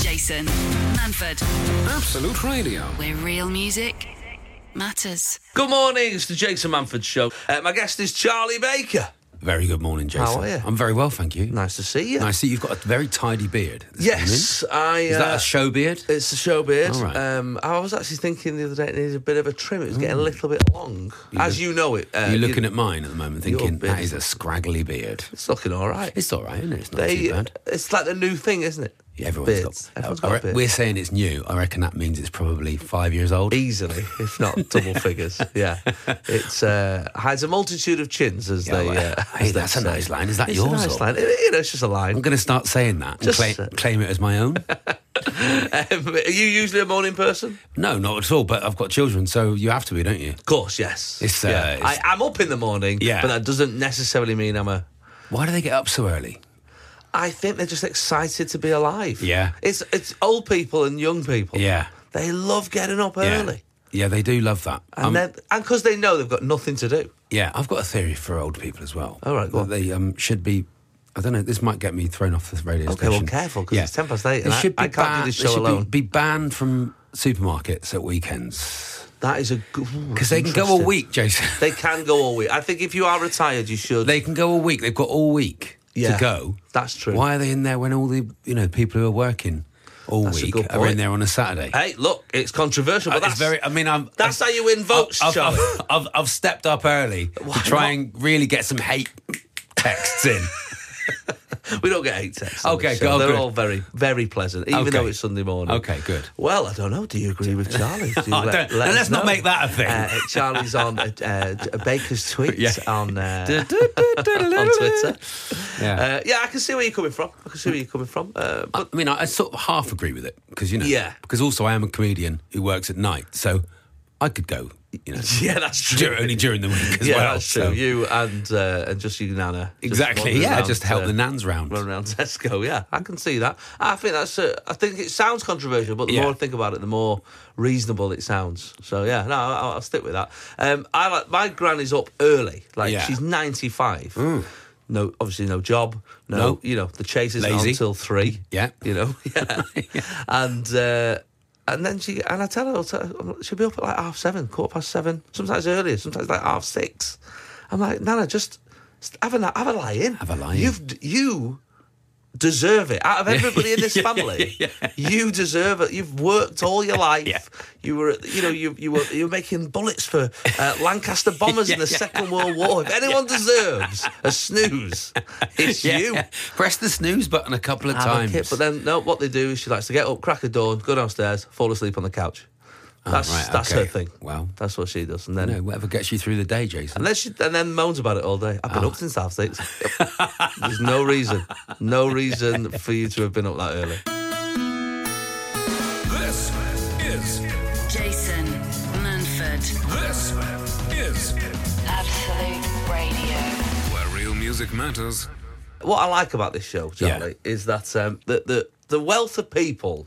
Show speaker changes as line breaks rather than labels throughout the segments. Jason Manford,
Absolute Radio.
where real music matters.
Good morning, it's the Jason Manford Show. Uh, my guest is Charlie Baker.
Very good morning, Jason.
How are you?
I'm very well, thank you.
Nice to see you.
Nice that you've got a very tidy beard. this
Yes,
evening.
I.
Is that
uh,
a show beard?
It's a show beard.
All right.
Um, I was actually thinking the other day it needed a bit of a trim. It was
Mm.
getting a little bit long, as you know it. Uh,
You're looking at mine at the moment,
Your
thinking
beard
that is a scraggly beard.
It's looking all right.
It's all right, isn't it? It's not
They-
too bad.
It's like the new thing, isn't it?
Yeah, everyone's
Beards.
got.
Everyone's
I
got a
re-
beard.
we're saying it's new. I reckon that means it's probably five years old.
easily, if not double figures. Yeah, it's uh, hides a multitude of chins, as
Yeah,
they.
well,
Uh,
hey,
as they
that's a
say.
nice line. Is that
It's
yours
A nice
or-
line. It- you know, it's just a line.
I'm going to start saying that and
Just,
claim,
uh,
claim it as my own.
Um, are you usually a morning person?
no, not at all. But I've got children, so you have to be, don't you?
Of course, yes.
It's, uh,
yeah.
it's-
I, I'm up in the morning,
Yeah.
but that doesn't necessarily mean I'm a.
Why do they get up so early?
I think they're just excited to be alive.
Yeah.
it's it's old people and young people.
Yeah.
they love getting up early,
Yeah, yeah they do love that. Um,
and then and because they know they've got nothing to do.
Yeah, I've got a theory for old people as well.
All right, go
That
on.
They um, should be. I don't know. This might get me thrown off the radio
Okay,
station.
well, careful, 'cause it's 10 past eight and
They
I-
should be
I can't do
ban-
this
they
show
should be-
alone.
Be, banned from supermarkets at weekends
That is a good
because they can go all week, Jason.
They can go all week. I think if you are retired, you should.
They can go all week. They've got all week
Yeah,
to go.
that's true.
Why are they in there when all the you know people who are working all
That's a
week
good
are
point.
in there on a Saturday?
hey, look, it's controversial, but
Uh,
that's
it's very. uh, I mean, I'm.
that's how you win votes,
I've,
Charlie.
I've, I've, I've stepped up early to try and really get some hate texts in.
We don't get hate texts. on
Okay,
this show.
oh,
they're
good.
all very, very pleasant, even
Okay.
though it's Sunday morning.
Okay, good.
Well, I don't know. Do you agree with Charlie? Do you
I don't- now
us
let's not
know.
make that a thing.
Uh, Charlie's on uh, uh, Baker's tweet
Yeah.
on uh, on Twitter.
Yeah.
Uh, yeah, I can see where you're coming from. I can see where you're coming from. Uh, but
I mean, I, I sort of half agree with it because you know,
Yeah.
Because also, I am a comedian who works at night, so I could go, you know,
yeah, that's true.
dur- only during the week as
yeah,
well.
that's true.
so-
You and uh, and just your nana. just
exactly.
wandering
Yeah,
around,
just help
uh,
the nans round.
run around Tesco. Yeah, I can see that. I think that's. A, I think it sounds controversial, but the
Yeah.
more I think about it, the more reasonable it sounds. So yeah, no, I'll, I'll stick with that. Um, I like my gran is up early. Like
Yeah. Mm.
she's ninety five. No, obviously no job. No,
No.
you know the chase isn't on
Lazy.
until three.
Yeah.
you know. Yeah, and. Uh, and then she and I tell her I'll tell her, she'll be up at like half seven, quarter past seven, sometimes earlier, sometimes like half six. I'm like, Nana, just have a have a lie in.
Have a lie in.
You've you deserve it. Out of everybody in this family, you deserve it. You've worked all your life.
Yeah.
You were, you know, you you were you were making bullets for uh, Lancaster bombers in the Second World War. If anyone deserves a snooze, it's
Yeah,
you.
yeah. Press the snooze button a couple of
Have a
times.
kid. But then, no, what they do is she likes to get up, crack a dawn, go downstairs, fall asleep on the couch. That's
Oh, right,
that's
okay.
her thing.
Well.
that's what she does. And then,
you know, whatever gets you through the day, Jason.
and then she and then moans about it all day. I've been
Ah.
up since half six. There's no reason, no reason for you to have been up that early.
This is
Jason Manford,
this is
Absolute Radio.
Where real music matters.
what I like about this show, Charlie, is that um, the, the the wealth of people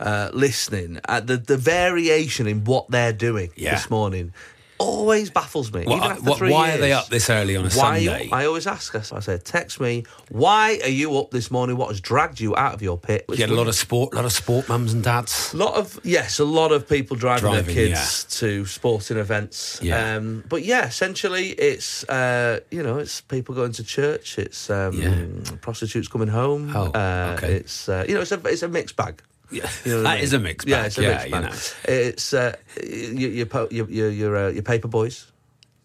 uh, listening, uh, the the variation in what they're doing
Yeah.
this morning, always baffles me.
What,
even after
what-
three
why are they
years.
up this early on a
Why?
Sunday?
I always ask. I s- I say, text me. Why are you up this morning? What has dragged you out of your pit?
you had a lot of sport, lot of sport mums and dads.
lot of yes, a lot of people driving,
Driving,
their kids to sporting events.
Yeah.
Um, but yeah, essentially, it's uh, you know, it's people going to church. It's um,
Yeah.
prostitutes coming home.
Oh,
uh,
okay.
It's uh, you know, it's a it's a mixed bag.
Yeah.
You know what I
That
mean?
is a mixed
Yeah,
bag,
it's a
yeah,
mixed
you
bag. It's uh, your your po- your your your, uh, your paper boys.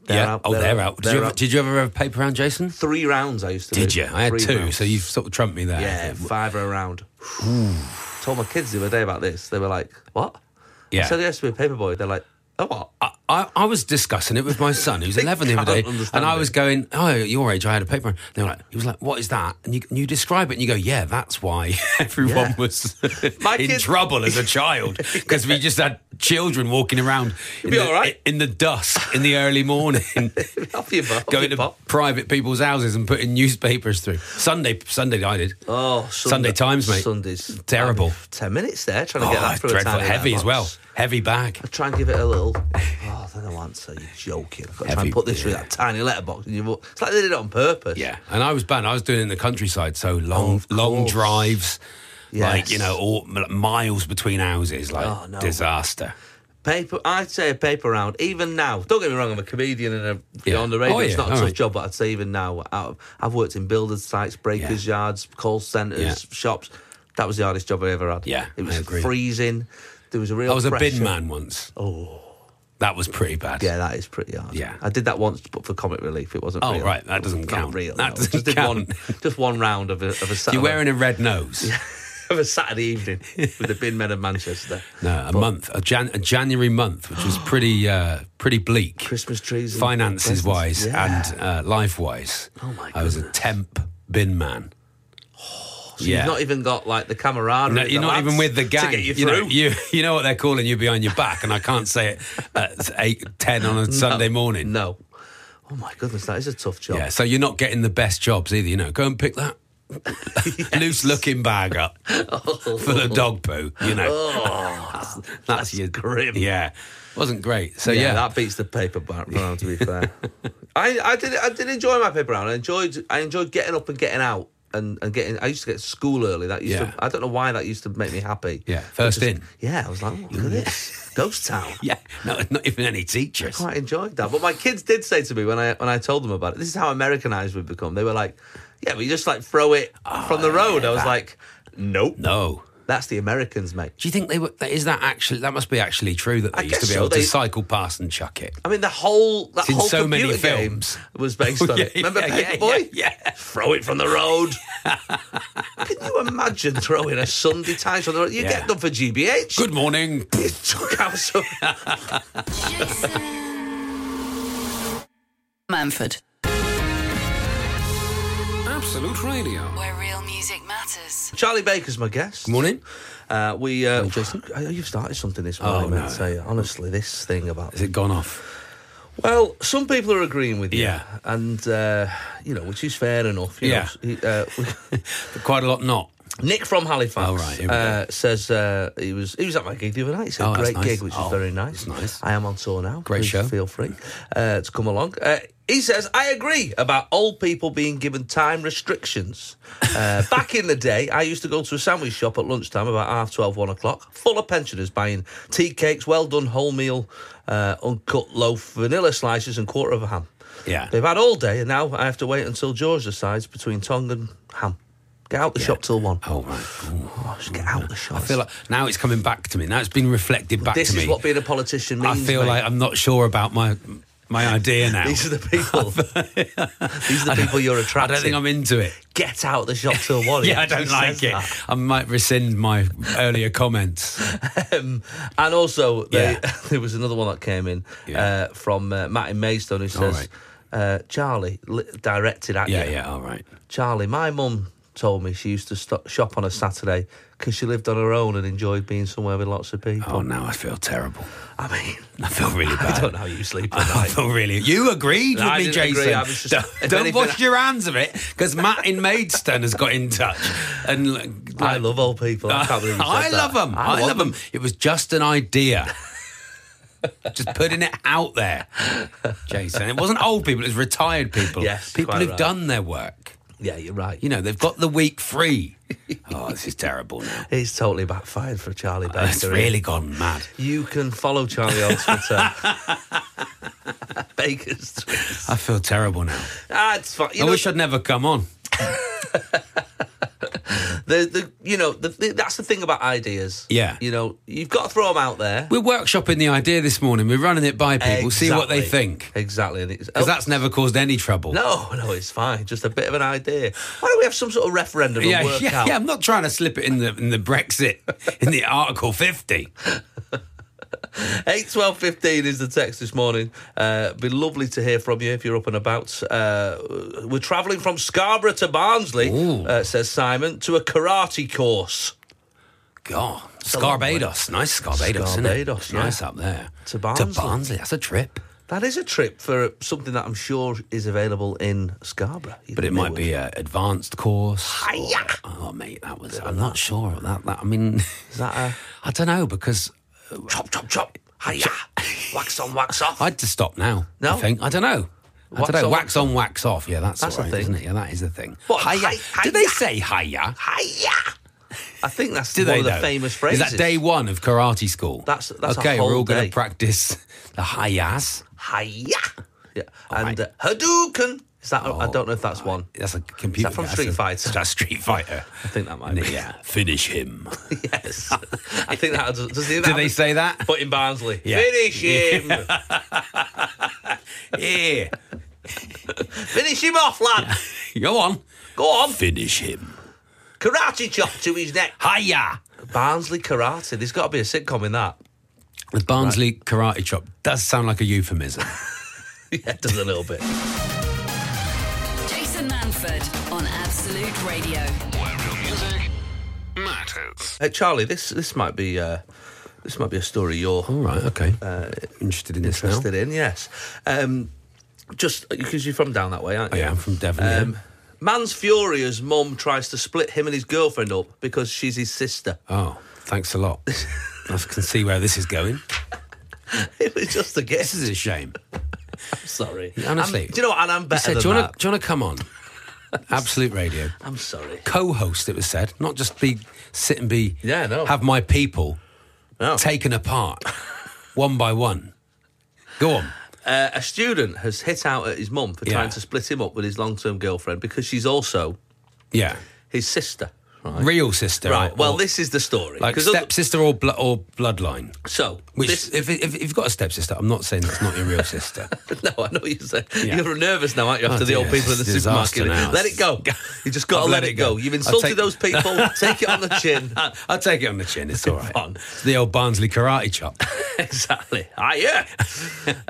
They're
yeah.
out,
oh,
they're
they're,
out,
out. Did,
they're
you ever,
out.
did you ever have a paper round, Jason?
Three rounds I used to.
Did
do.
you? I had
Three
two,
rounds.
so you've sort of trumped me there.
Yeah, five are around. Told my kids the other day about this. They were like, "What?"
Yeah. Uh,
I said yes to be a paper boy. They're like, "Oh what?"
I, I, I was discussing it with my son, who's 11 the other
can't
day,
understand
and I
it.
was going, "Oh, at your age, I had a paper." round." And they were like, "He was like, what is that?" And you, and you describe it, and you go, "Yeah, that's why everyone
Yeah.
was
My
in
kids-
trouble as a child because we just had children walking around in
be
the,
all right.
in the dusk in the early morning,
Off your bum.
going to
pop.
private people's houses and putting newspapers through Sunday. Sunday, I did.
Oh,
Sunday Times, mate.
Sunday's
Terrible.
Ten minutes there trying to
Oh,
get that through. a
dreadful,
tiny
heavy
letterbox.
as well, heavy bag.
Try and give it a little. Oh, they don't answer. You're joking. I've got to try
Heavy,
and put this through
yeah.
that tiny letterbox. And you, it's like they did it on purpose.
Yeah, and I was banned. I was doing it in the countryside, so long,
of
long
course.
drives. Like,
Yes.
you know, all, like, miles between houses. Like,
Oh, no.
disaster.
Paper, I'd say a paper round. Even now, don't get me wrong, I'm a comedian and a,
Yeah.
on the radio.
Oh,
It's
yeah,
not a
all
tough
right.
job, but I'd say even now, I- I've worked in builders' sites, breakers' yards, call centres,
Yeah.
shops. That was the hardest job I ever had.
Yeah,
it
I
was
agree.
freezing. There was a real.
I was a
pressure.
bin man once. Oh. That was pretty bad.
Yeah, that is pretty hard.
Yeah.
I did that once, but for comic relief, it wasn't.
Oh,
real.
right, that
It was
doesn't
not
count.
Real.
That
no.
doesn't
just did
count.
one, just one round of a of a Saturday,
You're wearing a red nose.
of a Saturday evening with the bin men of Manchester.
No, a month, a, Jan- a January month, which was pretty, uh, pretty bleak.
Christmas trees, and
finances
presents.
wise
Yeah.
and uh, life wise.
Oh, my
I was a temp bin man.
Oh, So You've not even got like the camaraderie.
No,
the
you're not
lads
even with the gang.
To get you,
know,
through.
you you know what they're calling you behind your back, and I can't say it at eight ten on a Sunday morning.
No. Oh my goodness, that is a tough job.
Yeah, so you're not getting the best jobs either. You know, go and pick that loose looking bag up full of dog poo. You know,
Oh,
that's, your
grim.
Yeah, wasn't great. So
yeah,
yeah,
that beats the paper ba- round. To be fair, I, I did I did enjoy my paper round. I enjoyed I enjoyed getting up and getting out and, and getting. I used to get to school early. That used
Yeah.
to, I don't know why that used to make me happy.
Yeah, first
Just-
in.
Yeah, I was like, oh, look at this, ghost town.
yeah, no, not even any teachers.
quite enjoyed that. But my kids did say to me when I when I told them about it, this is how Americanized we've become. They were like, "Yeah, but you just like throw it
Oh,
from the road." I was like, "Nope,
No.
that's the Americans, mate."
Do you think they were? Is that actually? That must be actually true that they
I
used to
guess
be
so.
able
They-
to cycle past and chuck it.
I mean, the whole that
It's in
whole
so many
computer game
films. Oh,
was based on
Yeah,
it. Remember
yeah, yeah,
Paperboy?
yeah, yeah.
throw it from the road. Can you imagine throwing a Sunday Times from the road? You
Yeah.
get done for GBH.
Good morning.
You took out some-
Manford,
Absolute Radio.
where real music matters.
Charlie Baker's my guest.
Good morning.
Uh, we uh, Jason, oh, you've started something this morning.
Oh,
man,
no.
I tell you. honestly, this thing about
Has it gone off?
Well, some people are agreeing with you,
Yeah.
and uh, you know, which is fair enough. you know.
Yeah.
He- uh,
But quite a lot not.
Nick from Halifax
All right, here we
uh, says uh, he was he was at my gig the other night. He said
Oh, that's
great
nice.
gig, which
Oh,
is very nice.
that's nice.
I am on tour now.
Great
Please
show.
Feel free uh, to come along. Uh, he says, I agree about old people being given time restrictions. Uh, back in the day, I used to go to a sandwich shop at lunchtime about half 12, 1 o'clock, full of pensioners buying tea cakes, well done wholemeal, uh, uncut loaf, vanilla slices, and quarter of a ham.
Yeah.
They've had all day, and now I have to wait until George decides between tongue and ham. Get out the shop till one.
Oh man.
Oh, just get out the shop.
I feel like now it's coming back to me. Now it's been reflected back
this
to
is
me.
what being a politician
I
means.
feel
mate.
like I'm not sure about my my idea now.
these are the people. these are the people you're
I
attracting.
don't think I'm into it.
Get out the shop till one.
Yeah,
He
I don't
actually
like
says
it.
that.
I might rescind my earlier comments.
Um, and also, they,
Yeah.
there was another one that came in
Yeah.
uh, from uh, Matt in Maidstone who
All
says, uh, "Charlie li- directed at
Yeah,
you."
yeah, all right.
Charlie, my mum told me she used to stop, shop on a Saturday because she lived on her own and enjoyed being somewhere with lots of people.
Oh, now I feel terrible.
I mean,
I feel really bad.
I don't know how you sleep at
I
night.
feel Oh, really. You agreed
No,
with
I
me,
didn't agree.
Jason.
I was just-
don't
if
don't
anything,
wash
I-
your hands of it because Matt in Maidstone has got in touch. And like,
I love old people. I can't believe you said
I
that.
love them. I,
want
love them. It was just an idea. just putting it out there, Jason. It wasn't old people. It was retired people.
Yes,
people
quite
who've
right.
done their work.
Yeah, you're right.
You know, they've got the week free. oh, this is terrible now.
He's totally backfired for Charlie Baker.
It's Uh, really gone mad.
You can follow Charlie on Twitter. Baker's tweets.
I feel terrible now.
Ah, it's fine. You
I
know,
wish I'd never come on.
the, the, you know the, the, that's the thing about ideas.
Yeah.
You know, you've got to throw them out there.
We're workshopping the idea this morning. We're running it by people, see what they
Exactly.
think.
Exactly. And it's,
Because
oh,
that's never caused any trouble.
no, no, it's fine. Just a bit of an idea. Why don't we have some sort of referendum
Yeah,
and work
yeah,
out?
yeah. I'm not trying to slip it in the in the Brexit in the Article 50.
8 12 15 is the text this morning. Uh, be lovely to hear from you if you're up and about. Uh, we're travelling from Scarborough to Barnsley,
Ooh.
uh, says Simon, to a karate course.
God,
long way.
Scarbados, nice Scarbados, isn't it?
Scarbados,
It's
yeah.
Nice up there
To Barnsley.
To Barnsley, that's a trip.
That is a trip for something that I'm sure is available in Scarborough. You'd
But it
think
might
they
be an advanced course. or-
Hiya!
oh, mate, that was. I'm not sure of that. That I mean,
Is that a-
I don't know because uh,
would. chop, chop, chop. Hiya! wax on, wax off.
I'd just stop now.
No?
I think I don't know. I
Wax
don't know.
on,
wax on, wax off. Yeah, that's,
That's
all
a
right,
thing.
isn't it? Yeah, that is the thing.
What,
Hiya.
hi-
Did they
hiya?
say hiya?
Hiya! I think that's
Do
one
they
of the
though?
famous phrases.
Is that day one of karate school?
That's- that's a
okay. we're
whole
all going
day.
to practice the hayas.
Hiya. Yeah. And uh, Hadouken. Is that? I
Oh,
don't know if that's one.
That's a computer.
Is that from
that's
Street
a-
Fighter?
That's Street Fighter.
I think that might be.
yeah, finish him.
yes. I think that does. does
Did they say that?
But in Barnsley,
Yeah.
finish him,
Yeah,
finish him off, lad.
go on,
Go on,
finish him.
karate chop to his neck.
Hiya.
Barnsley karate. There's got to be a sitcom in that.
The Barnsley karate chop does sound like a euphemism.
Yeah, it does a little bit.
Jason Manford on Absolute Radio.
Where real music matters.
Uh, Charlie, this this might be uh, this might be a story you're
all right, okay. interested in this
Uh, interested in. Yes, um, just because you're from down that way, aren't
now?
you?
Oh, Yeah, I'm from Devon. yeah.
Um, man's fury as mum tries to split him and his girlfriend up because she's his sister.
Oh, thanks a lot. I can see where this is going.
It was just a
This
guess.
is a shame.
I'm sorry.
Honestly.
I'm- do you know what? And I'm
I
better
said,
than
do you, wanna,
that.
do you wanna come on? Absolute radio.
I'm sorry.
Co-host, it was said, not just be sit and be
Yeah, I know.
have my people
No.
taken apart one by one. Go on.
Uh, a student has hit out at his mum for
Yeah.
trying to split him up with his long-term girlfriend because she's also
Yeah.
his sister. Right.
Real sister.
Right.
or-
Well,
or-
this is the story.
like
'Cause other-
stepsister or blo- or bloodline.
so
Which,
this,
if, if, if you've got a stepsister, I'm not saying that's not your real sister.
No, I know what you're saying.
Yeah.
You're nervous now, aren't you? After
Oh,
the old
dear,
people in the
it's a disaster
supermarket,
now.
let it go. You just got to
I've
let it go. You've
I'll
insulted
take-
those people. take it on the chin.
I'll take it on the chin. It's all right.
on.
It's the old Barnsley karate chop.
exactly. Ah, yeah.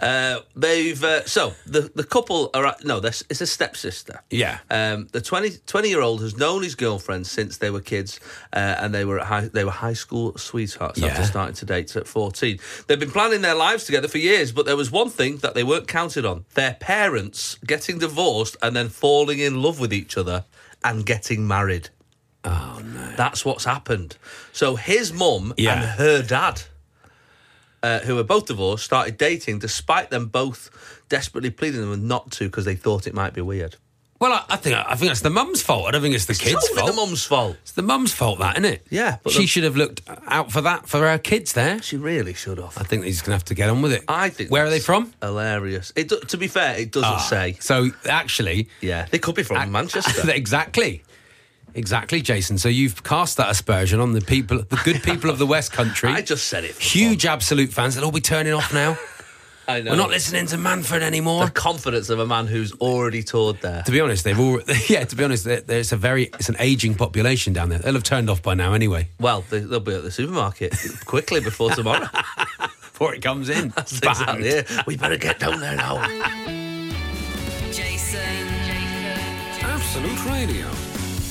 uh, they've uh, so the the couple are at, no. This it's a stepsister.
Yeah.
Um, the 20, 20 year old has known his girlfriend since they were kids, uh, and they were at high, they were high school sweethearts after
Yeah.
starting to date at fourteen. They've been planning their lives together for years, but there was one thing that they weren't counted on: their parents getting divorced and then falling in love with each other and getting married. Oh no! That's what's happened. So his mum
Yeah.
and her dad uh, who were both divorced, started dating despite them both desperately pleading them not to because they thought it might be weird.
Well, I, I think I think that's the mum's fault. I don't think it's the kids'
totally
fault.
the mum's fault.
it's the mum's fault, that isn't it?
Yeah, but
she
the-
should have looked out for that for her kids. There,
She really should
I
have.
think he's going to have to get on with it.
I think.
Where are they
that's
from?
Hilarious. It do- to be fair, it
Ah.
doesn't say.
So actually,
Yeah, they could be from Manchester.
exactly, exactly, Jason. So you've cast that aspersion on the people, the good people of the West Country.
I just said it. For
Huge absolute fans. They'll all be turning off now.
fun. I know.
We're not listening to Manfred anymore.
The confidence of a man who's already toured there.
to be honest, they've all yeah. To be honest, there- there's a very it's an aging population down there. They'll have turned off by now anyway.
Well, they, they'll be at the supermarket quickly before tomorrow.
Before it comes in,
That's exactly
Banned.
it. We better get down there now.
Jason. Jason.
Absolute Radio.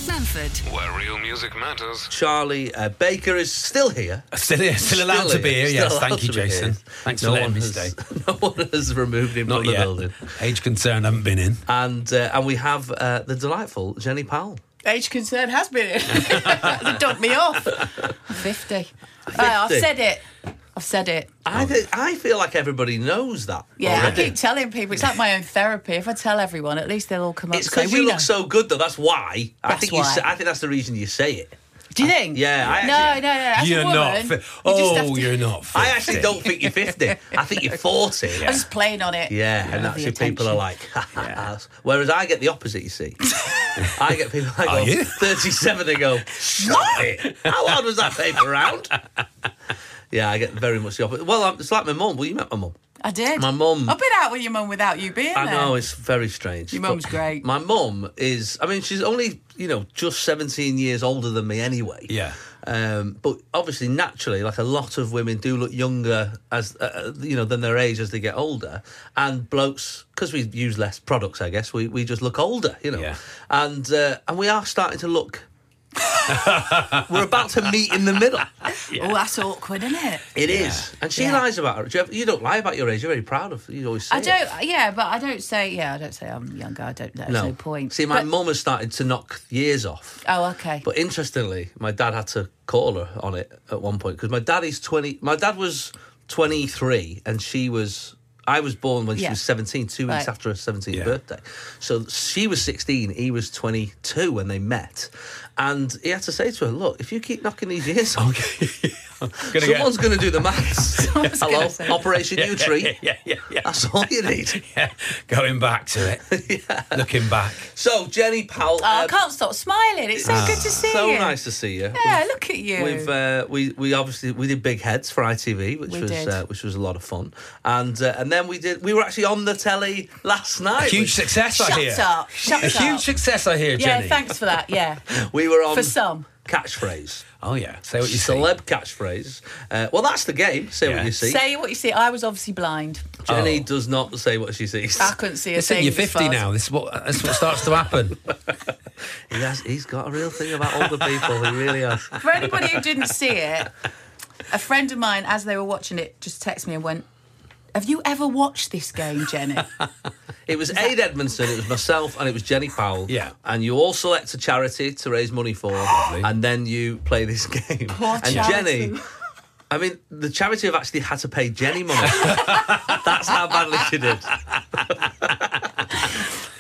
Manford.
Where real music matters.
Charlie uh, Baker is still here.
Still, here, still allowed to be here.
Still
Yes,
allowed
thank you,
to be
Jason.
here.
Thanks
No
for letting
one
me
has-
stay.
No one has removed him
Not
from the
yet.
building.
Age concern, haven't been in.
And uh, and we have uh, the delightful Jenny Powell.
Age concern has been it. they dumped me off. 50. Oh, I've
50.
said it. I've said it.
Oh.
I thi- I feel like everybody knows that.
Yeah, I
already.
keep telling people. It's like my own therapy. If I tell everyone, at least they'll all come up
It's
and
because
say,
you
we
look
know.
so good though. That's why. I
That's
think you.
why.
Say, I think that's the reason you say it.
Do you think?
Ah, Yeah, I
no,
actually-
no, no. As
you're
a woman,
not.
you
Fi-
just have
oh,
to-
you're not. 50.
I actually don't think you're fifty. I think you're forty.
I'm just playing on it.
Yeah, and
Love the
actually people are
attention.
like, whereas I get the opposite. You see, I get people like
Are you?
thirty-seven. They go, stop it! How hard was that paper round? yeah, I get very much the opposite. Well, I'm- it's like my mum. Well, you met my mum.
I did.
My mum-
I've been out with your mum without you being
I
there.
know it's very strange.
Your
but
mum's great.
My mum is. I mean, she's only you know just seventeen years older than me anyway.
Yeah.
Um, but obviously, naturally, like a lot of women do look younger as uh, uh, you know than their age as they get older, and blokes because we use less products, I guess we, we just look older, you know,
Yeah.
and uh, and we are starting to look. We're about to meet in the middle.
Oh, that's awkward, isn't it?
It is, and she
Yeah.
lies about her. Do you, ever- you don't lie about your age. You're very proud of. You always. Say
I
it.
don't, yeah, but I don't say, yeah, I don't say I'm younger. I don't, there's no, point.
See, my
But-
mum has started to knock years off.
Oh, okay.
But interestingly, my dad had to call her on it at one point because my dad is twenty. My dad was twenty three, and she was. I was born when she
Yeah.
was seventeen, two weeks
Right.
after her seventeenth
Yeah.
birthday. So she was sixteen, he was twenty two when they met, And he had to say to her, "Look, if you keep knocking these ears off,
Gonna get-
someone's going to do the maths.
Someone's
Hello,
gonna say-
Operation U Tree.
Yeah, yeah, yeah.
That's all you need."
yeah. Going back to it. Looking back.
So Jenny Powell,
Oh,
uh, Ah,
I can't stop smiling. It's so good to see
so
you.
nice to see you.
Yeah, look at you.
We've uh, we we obviously we did Big Heads for ITV, which
We
was
did.
uh, which was a lot of fun, and uh, and then we did we were actually on the telly last night.
Huge
which-
success, I
Shut
hear.
up, shut
a
up.
huge success, I hear,
yeah,
Jenny.
thanks for that. Yeah,
We were on
for some.
catchphrase,
Oh, yeah. Say what you see.
celeb catchphrase. Uh, well, that's the game. Say
Yeah. Oh.
what you see.
Say what you see. I was obviously blind.
Jenny does not say what she sees.
I couldn't see a
Listen,
thing.
you're
as
50
far as-
now. This is what, this is what starts to happen.
He has, he's got a real thing about older people. He really has.
For anybody who didn't see it, a friend of mine, as they were watching it, just texted me and went, "Have you ever watched this game, Jenny?" Oh,
It was Aid Edmondson, it was myself, and it was Jenny Powell.
Yeah.
And you all select a charity to raise money for, and then you play this game.
Poor
and
charity.
Jenny. I mean, the charity have actually had to pay Jenny money. That's how badly she did.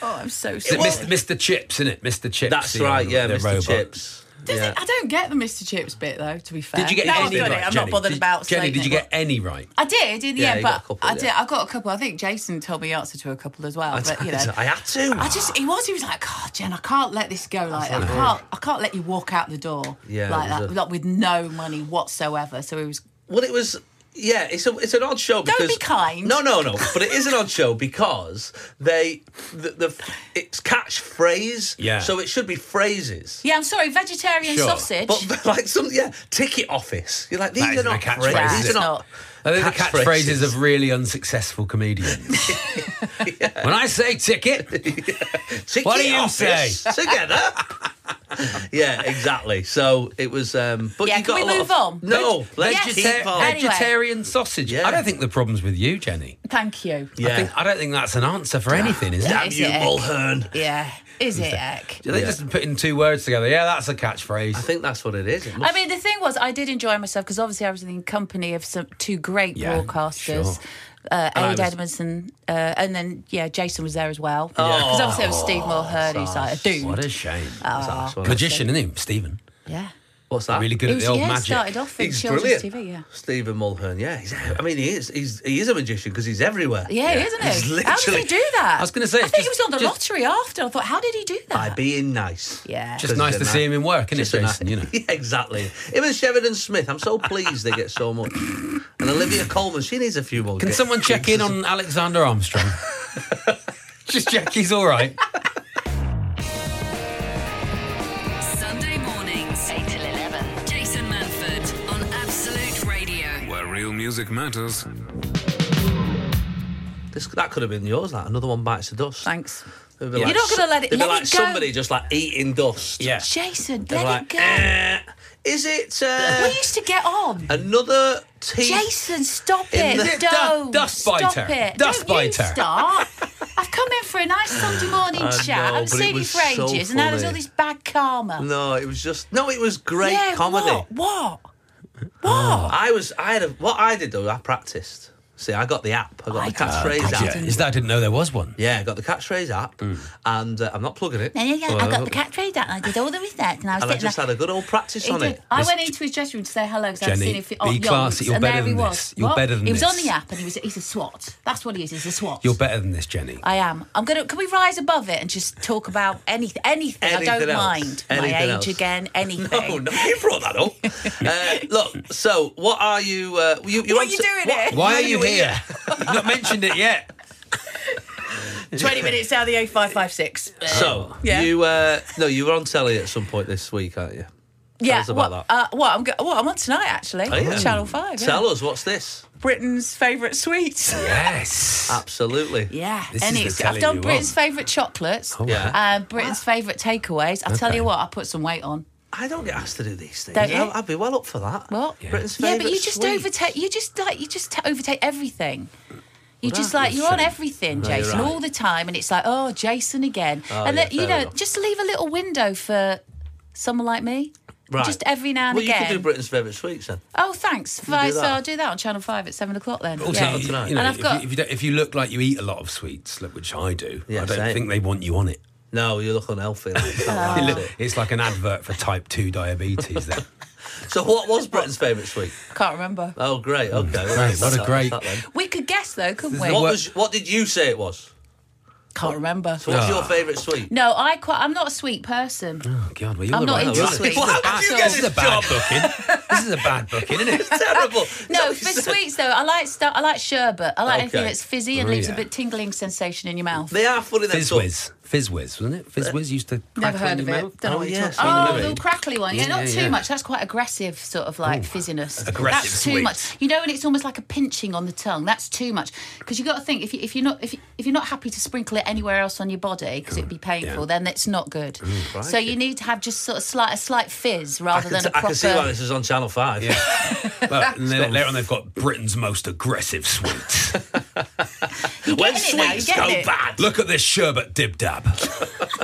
Oh, I'm so
Is it
sorry.
Mr. Mr. Chips, isn't it? Mr. Chips.
That's
the,
right,
um,
yeah,
the
Mr.
robot.
Chips.
Does
yeah.
it- I don't get the Mr. Chips bit though. To be fair,
Did you get
no,
any
I've done
right,
it. I'm
Jenny?
not bothered
did,
about.
Jenny,
slating
did you
it.
get any right?
I did, didn't
Yeah,
yeah,
you
but
got a couple,
I did.
yeah.
I got a couple. I think Jason told me he answered to a couple as well. But you know,
I had to.
I just he was he was like, God, Jen, I can't let this go like that. I can't I can't let you walk out the door
Yeah, it
like
was
that,
a-
like with no money whatsoever. So he was
Well, it was. Yeah, it's a, it's an odd show because
be kind.
No, no, no. But it is an odd show because they the, the it's catchphrase.
Yeah.
So it should be phrases.
Yeah, I'm sorry, vegetarian
Sure.
sausage.
But like some yeah, ticket office. You're like these
That
are
isn't a
not
catchphrase,
phrases.
is
These
it?
are not.
Are they the
Catchphrases.
catchphrases of really unsuccessful comedians? When I say ticket,
Ticket
What do you
office
say?
together? yeah, exactly. So it was. um But
Yeah,
you
can
got
we
a lot of-
move on?
No, Oh, let's
Yes.
keep
vegeta-
on.
Anyway.
vegetarian sausage.
Yeah.
I don't think the problem's with you, Jenny.
Thank you.
Yeah.
I, think, I don't think that's an answer for anything, is
Damn
it?
Is
you,
it?
Mulhern.
Yeah. Is it Eck?
Are they
Yeah.
just putting two words together? Yeah, that's a catchphrase.
I think that's what it is. It must
I mean, the thing was, I did enjoy myself because obviously I was in company of some two great
Yeah,
broadcasters,
sure.
uh,
I
Aid
was-
Edmondson, uh, and then yeah, Jason was there as well. Because obviously it was
Oh,
Steve Mulhern, who's like a dude.
what a shame.
be harsh, wasn't it?
Magician, isn't he, Stephen?
Yeah,
What's that?
Really good
he
at
was,
the old
yeah,
magic.
started off in
He's
children's
brilliant.
TV. Yeah,
Stephen Mulhern, yeah, he's, I mean, he is. He's he is a magician because he's everywhere.
yeah, he isn't he?
He's
how did he
literally-
do that?
I was gonna say,
I
it's
think he
just-
was on the
just-
lottery after. I thought, how did he do that?
By being nice.
yeah,
Just
Because
nice to
he's a
see
nice-
him in work, isn't it,
Just a
Jason?
nice-
You know.
Yeah, exactly. Him and Sheridan Smith. I'm so pleased they get so much. And Olivia Coleman, she needs a few more.
Can
gigs.
someone check in on Alexander Armstrong? Just check he's all right.
Sunday mornings, 8 till 11. Jason Manford on Absolute Radio.
Where real music matters.
This, that could have been yours. That another one bites the dust.
Thanks.
They'd be
You're not gonna let it-
They'd be
let
like
it go.
somebody just like eating dust.
Yeah.
Jason,
They're
let
like,
it go.
"Eh, is it
we
uh,
used to get on.
another teeth?
Jason, stop
In
it.
the-
Du-
Don't.
dust
Stop
biter.
it.
Dust
Don't
biter.
You start. I've come in for a nice Sunday morning
I
chat.
know,
I haven't
but it
seen you
was
for
so
ages, and now there's
funny.
all this bad karma.
No, it was just no. It was great
yeah,
comedy. Oh.
What? What? What?
I was, I had a, what I did though, I practiced. See, I got the app, I got the catchphrase
Yeah,
app.
His dad didn't know there was one.
Yeah, I got the catchphrase app,
Hmm.
and uh, I'm not plugging it.
There you go. I
Well,
got the cat trade out, and I did all the research, and I
And
was
I
sitting
just
there.
had a good old practice
He
on
did.
it.
I went into his dressing room to say hello because I've
Jenny,
seen him. oh, on
be
yonks,
classy. You're
and
better
there he
than
was.
this. You're
What?
better than
He was on
this.
the app, and he was. He's a swat. That's what he is. He's a swat.
You're better than this, Jenny.
I am. I'm gonna. Can we rise above it and just talk about anything? Anything. I
Anything
don't
else.
mind my
Anything
age
else.
again. Anything.
Oh no, you brought that up. uh, look, so what are you? Uh, you, you
What
on
are you
to-
doing here?
Why are you here? You've not mentioned it yet.
20 minutes out of the A556.
So
Yeah.
you, uh, no, you were on telly at some point this week, aren't you?
yeah,
us about
what,
that.
Uh, what, I'm go- what I'm on tonight, actually.
Oh,
yeah.
Oh, Channel 5. yeah.
Tell us what's this?
Britain's favourite sweets.
Yes.
Absolutely.
Yeah,
This
any
is the
I've
telly
done
you Oh,
Britain's
want.
favourite chocolates,
Yeah.
uh, Britain's favourite takeaways. I'll tell you what, I put some weight on.
I don't get asked to do these things.
Don't you?
I'd be well up for that.
What?
Yeah. Britain's
yeah, but
favourite
you just
sweet.
overtake. You just like you just t- overtake everything. You just
that
like
is
you're on
true.
everything,
No, you're
Jason,
right. Oh,
all the time, and it's like, oh, Jason again, and
yeah,
then, you
fair
know,
enough.
just leave a little window for someone like me,
Right.
just every now and
well,
again.
you could do Britain's favourite sweets then.
Oh, thanks.
do
Right, so
that. Oh,
I'll do that on Channel 5 at 7 o'clock then.
Also,
Yeah.
you, you know,
tonight.
And
if,
I've got.
you, if, you don't, if you look like you eat a lot of sweets, like- which I do,
Yeah,
I don't
same.
think they want you on it.
No, you look unhealthy. Like, it's
Oh.
not
It
right,
look-
is
It's like an advert for type 2 diabetes then.
it? So, what was Britain's favourite sweet?
Can't remember.
Oh, great. Okay. well,
great,
that's
what a
that-
great-
that's that then.
We could guess though, couldn't
What
we?
What-
was? What did you say it was?
Can't remember.
So what's
Ah.
your favourite sweet?
No, I quite. I'm not a sweet person.
Oh, God, well, you're
I'm
the
not
right
into
person.
sweets.
Well, how did you get
This is
this
a bad
job?
booking. This is a bad booking, isn't it?
Terrible.
No, for sweets though, I like stuff. I like sherbet. I like anything
Okay.
that's fizzy and
Oh,
leaves
yeah.
a bit tingling sensation in your mouth.
They are funny. them
Fizz
sort-
Whiz. Fizz Whiz, wasn't it? Fizz Whiz used to
Uh,
crackle in
Never heard of
your
it.
mouth.
Don't know
Oh,
what you're
yes,
talking
I
about.
know
Oh,
it.
the little crackly one. Yeah,
Yeah,
not
yeah,
too
yeah.
much. That's quite aggressive, sort of like fizziness.
Aggressive
That's too
sweet.
much. You know, when it's almost like a pinching on the tongue. That's too much because you got to think if, you, if you're not if, you, if you're not happy to sprinkle it anywhere else on your body because it'd be painful,
Yeah.
then it's not good. so you need to have just sort of slight a slight fizz
I
rather
can,
than
t-
a
I
proper.
can see why this is on Channel Five.
Well, and then later on, they've got Britain's most aggressive sweets.
You're
When
getting it now, you're
sweets
getting
go
it.
bad.
Look at this sherbet dib dab.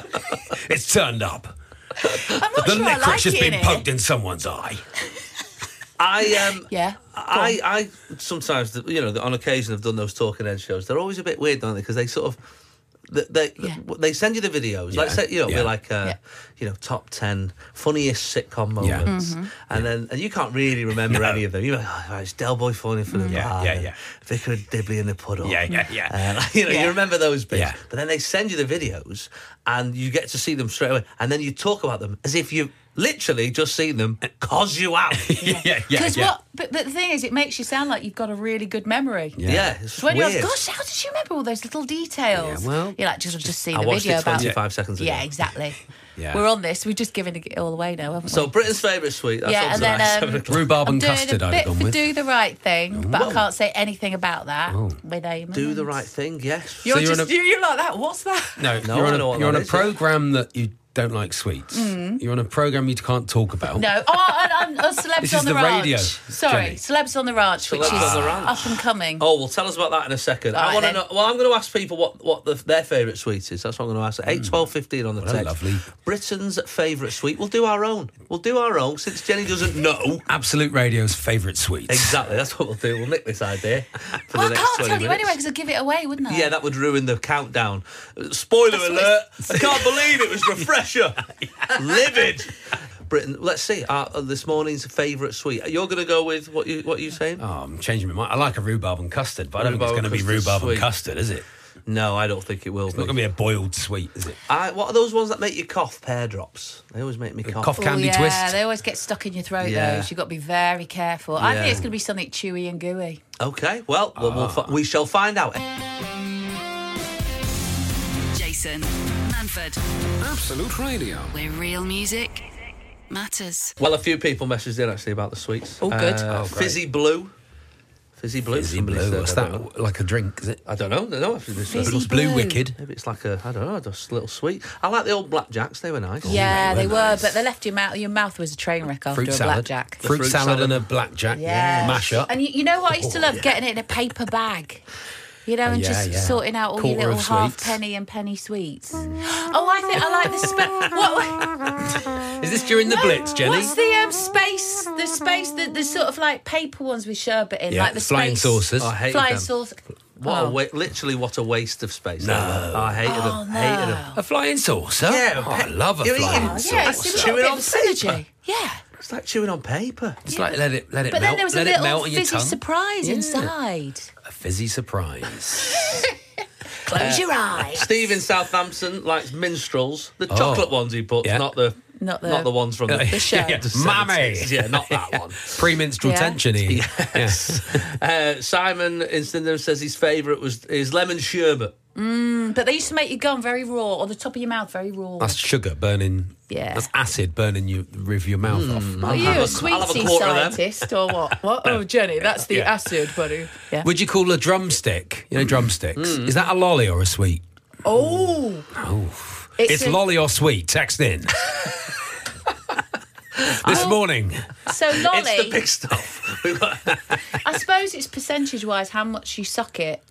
it's turned up.
I'm not
The
sure I
licorice
like
has
it
been
in
poked
it.
in someone's eye.
I um.
Yeah.
I, I sometimes you know on occasion have done those talking head shows. They're always a bit weird, aren't they? Because they sort of they they,
Yeah.
they send you the videos. Like
Yeah.
say you know
Yeah.
we're like uh,
Yeah.
you know top ten funniest sitcom
Yeah.
moments,
Mm-hmm.
and then and you can't really remember any of them. You're like, oh, right, it's Del Boy phoning for
Mm-hmm.
the
Yeah,
bar,
yeah,
and
yeah.
Vicar and Dibley in the puddle,
Yeah, yeah, yeah.
And, you know
Yeah.
you remember those bits,
Yeah.
but then they send you the videos, and you get to see them straight away, and then you talk about them as if you've literally just seen them cause you out.
Yeah, yeah, yeah.
Because what? But, but the thing is, it makes you sound like you've got a really good memory.
yeah, it's
So when you're
weird.
like, gosh, how did you remember all those little details?
Yeah, well,
you're like, just, just see
I
the
watched
video
it
about
25 seconds ago.
Yeah, exactly.
Yeah.
We're on this. We've just given it all away now, haven't we?
So Britain's favourite sweet. That's
yeah,
up
and
to us.
then um,
Rhubarb
I'm
and
doing
custard
a
I'd
bit
have gone
for
with. Oh.
do the right thing, but I can't say anything about that with Eamon.
do the right thing. Yes.
You're
So you're
just
on a-
you you're like that. What's that?
No,
No,
you're
I
on
know what
a, you're on
that
a
is.
program that you don't like sweets. You're on a program you can't talk about.
Mm. No, oh, and, and, uh, celebs
This
on
is
the,
the radio,
ranch. Sorry,
Jenny.
celebs on the ranch, which
Celebs
is
on the Ranch.
up and coming.
Oh well, tell us about that in a second.
All
I
right,
want to
then.
know. Well, I'm going to ask people what what the, their favourite sweet is. That's what I'm going to ask. Eight, twelve, fifteen on the
Hmm. Well,
text.
lovely.
Britain's favourite sweet. We'll do our own. We'll do our own since Jenny doesn't know.
Absolute Radio's favourite sweets.
Exactly. That's what we'll do. We'll nick this idea for
well,
the
I
next
can't
20
tell you
minutes.
anyway because I'd give it away, wouldn't I?
Uh.
Yeah, that would ruin the countdown. Uh, Spoiler alert! I can't believe it was refresher. Livid. Britain. Let's see. Uh, uh, this morning's favourite sweet. You're going to go with what you what are you saying?
Oh, I'm changing my mind. I like a rhubarb and custard, but I don't
Rhubarb
think it's going to
and
be
custard's
rhubarb
sweet.
and custard, is it?
No, I don't think it will
It's not
be.
going to be a boiled sweet, is it?
I, what are those ones that make you cough? Pear drops. They always make me cough.
Uh, Cough
Oh,
candy
yeah,
twist.
they always get stuck in your throat,
Yeah.
those. You've got to be very careful. I
Yeah.
think it's going to be something chewy and gooey.
Okay. Well, we'll, we'll
Ah.
fi- we shall find out.
Jason Manford,
Absolute Radio.
where real music matters.
Well, a few people messaged in actually about the sweets.
Oh, good.
Uh,
Oh, great.
fizzy blue. Fizzy blue.
Fizzy
somebody
blue.
said,
What's
I
that?
don't know.
Like a drink, is it?
I don't know. I don't know. if it's-
Fizzy
It was blue
blue.
wicked.
Maybe it's like a I don't know, just a little sweet. I like the old blackjacks. They were nice.
yeah,
they
they
were
were,
nice.
but they left your mouth. Your mouth was a train wreck after
Fruit
a
salad.
blackjack.
Fruit,
fruit
salad,
salad.
and a blackjack.
yeah,
Mash up. Oh,
And you, you know what I used to love getting it in a paper bag. You know, and
yeah,
just
yeah.
sorting out all
Quarter
your little
of
half
sweets.
penny and penny sweets. oh, I think I like the spe- what,
Is this during the Blitz, Jenny?
What's the um, space? The space, the, the sort of like paper ones with sherbet in,
Yeah,
like the
flying
space- Oh,
saucers.
I hated
Flying
them.
saucer.
What
Oh.
a wa- literally what a waste of space. they were. I hated
Oh,
them. Hated them.
no.
A flying saucer?
Yeah,
Oh,
pe-
I love a
you're
flying
eating-
saucer.
Yeah, it's a
Chewing
little bit
on
of synergy.
paper.
Yeah.
It's like chewing on paper.
It's like let it let it
But
melt.
then there was a
let it
little
melt on your
fizzy
tongue.
surprise
Yeah.
inside.
A fizzy surprise.
Close your eyes.
Steve in Southampton likes minstrels. The
Oh.
chocolate ones he puts,
Yeah.
not the
Not the-
ones from the,
Yeah,
show.
yeah.
the
Mummy.
70s. Yeah, not that one.
Pre-menstrual
Yeah.
tension here. Yeah.
Uh, Simon in Sydenham says his favourite was is lemon sherbet.
But they used to make your gum very raw, or the top of your mouth very raw.
That's sugar burning.
Yeah.
That's acid burning you roof of your mouth off.
Are you
have
a
a- I'll have a
sweetie
quarter of them.
scientist or what? What? Oh, Jenny, that's the
Yeah.
acid, buddy. Yeah.
Would you call a drumstick? You know drumsticks.
Mm.
Is that a lolly or a sweet?
oh,
It's,
a-
lolly or sweet. Text in. this
Oh.
morning.
So
It's the
lolly.
big stuff. We've got-
I suppose it's percentage-wise how much you suck it.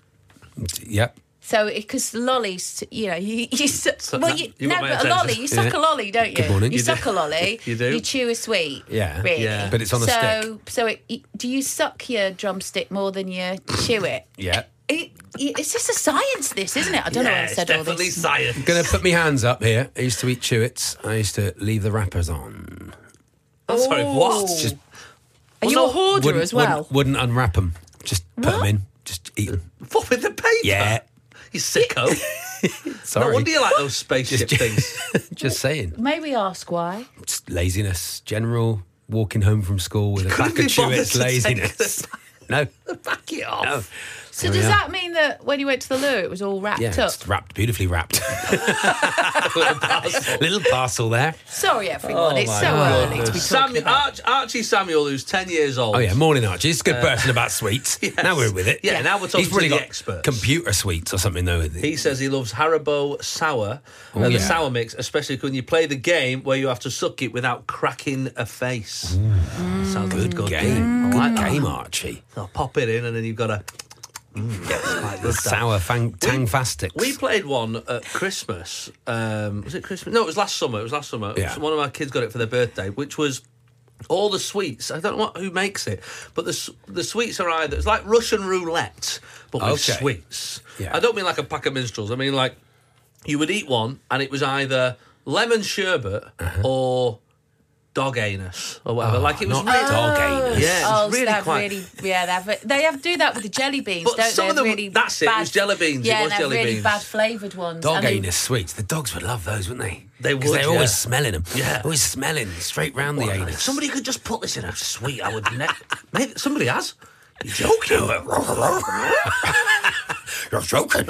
Yep.
So, because lollies, you know, you, you suck. well, you,
you
no,
want my
but a lolly,
attention?
you suck
Yeah.
a lolly, don't you?
morning.
You,
You do.
suck a lolly.
You do.
You chew a sweet.
Yeah.
Really.
Yeah.
But it's on a
so,
stick.
So, it, do you suck your drumstick more than you chew it?
Yeah.
It, it- it's just a science, this, isn't it? I don't know why I
it's
said all
definitely
this.
science.
Gonna put my hands up here. I used to eat chewits. I used to leave the wrappers on.
I'm sorry, what?
Oh.
Just-
Are you a hoarder
Wouldn't,
as well?
wouldn't, wouldn't unwrap them. Just put them
What?
in. Just eat them.
What with the paper?
Yeah.
You sicko.
Sorry.
no wonder you like those spaceship things.
Just saying.
May we ask why?
Just laziness. General walking home from school with a
Couldn't
pack of
be bothered
chewits.
to take
Laziness.
the-
No.
Back it off.
No.
So
Oh,
There we
does
are.
that mean that when you went to the loo, it was all wrapped
Yeah,
up?
it's wrapped beautifully wrapped. Little parcel there.
Sorry, everyone.
Oh,
it's so early to be talking
Samuel,
about.
Arch, Archie Samuel, who's 10 years old.
Oh yeah, morning Archie. He's a good person about sweets. Now we're with it.
Uh, Yeah, now we're talking
He's really
to the
got
experts.
Computer sweets or something though.
He says he loves Haribo sour and
Oh, yeah.
the sour mix, especially when you play the game where you have to suck it without cracking a face. Sounds good, good
game.
game. I like
Good
that.
game, Archie.
I'll pop it in and then you've got to. Yeah, it's quite good. that.
Sour fang, tang fastics.
We played one at Christmas. Um, was it Christmas? No, it was last summer. It was last summer.
Yeah.
So One of my kids got it for their birthday, which was all the sweets. I don't know what, who makes it, but the s- the sweets are either it's like Russian roulette, but with
Okay.
sweets.
Yeah.
I don't mean like a pack of minstrels. I mean like you would eat one, and it was either lemon sherbet
Uh-huh.
or dog anus or whatever. like it was
Ah, not
really.
dog anus.
Yeah, it's
oh,
really
so they've
quite-
really, yeah, they've, re- they have do that with the jelly beans,
But
don't
some
they?
of them-
really
that's it, it
bad,
was jelly beans, it
Yeah,
was
they're
jelly
really
beans.
bad flavoured ones.
Dog
and they-
anus sweets. The dogs would love those, wouldn't they?
They
'Cause
would,
They're always
yeah.
smelling them.
Yeah.
Always smelling straight round the
If
anus.
Somebody could just put this in a sweet. I would never. Maybe somebody has. You're joking.
You're joking.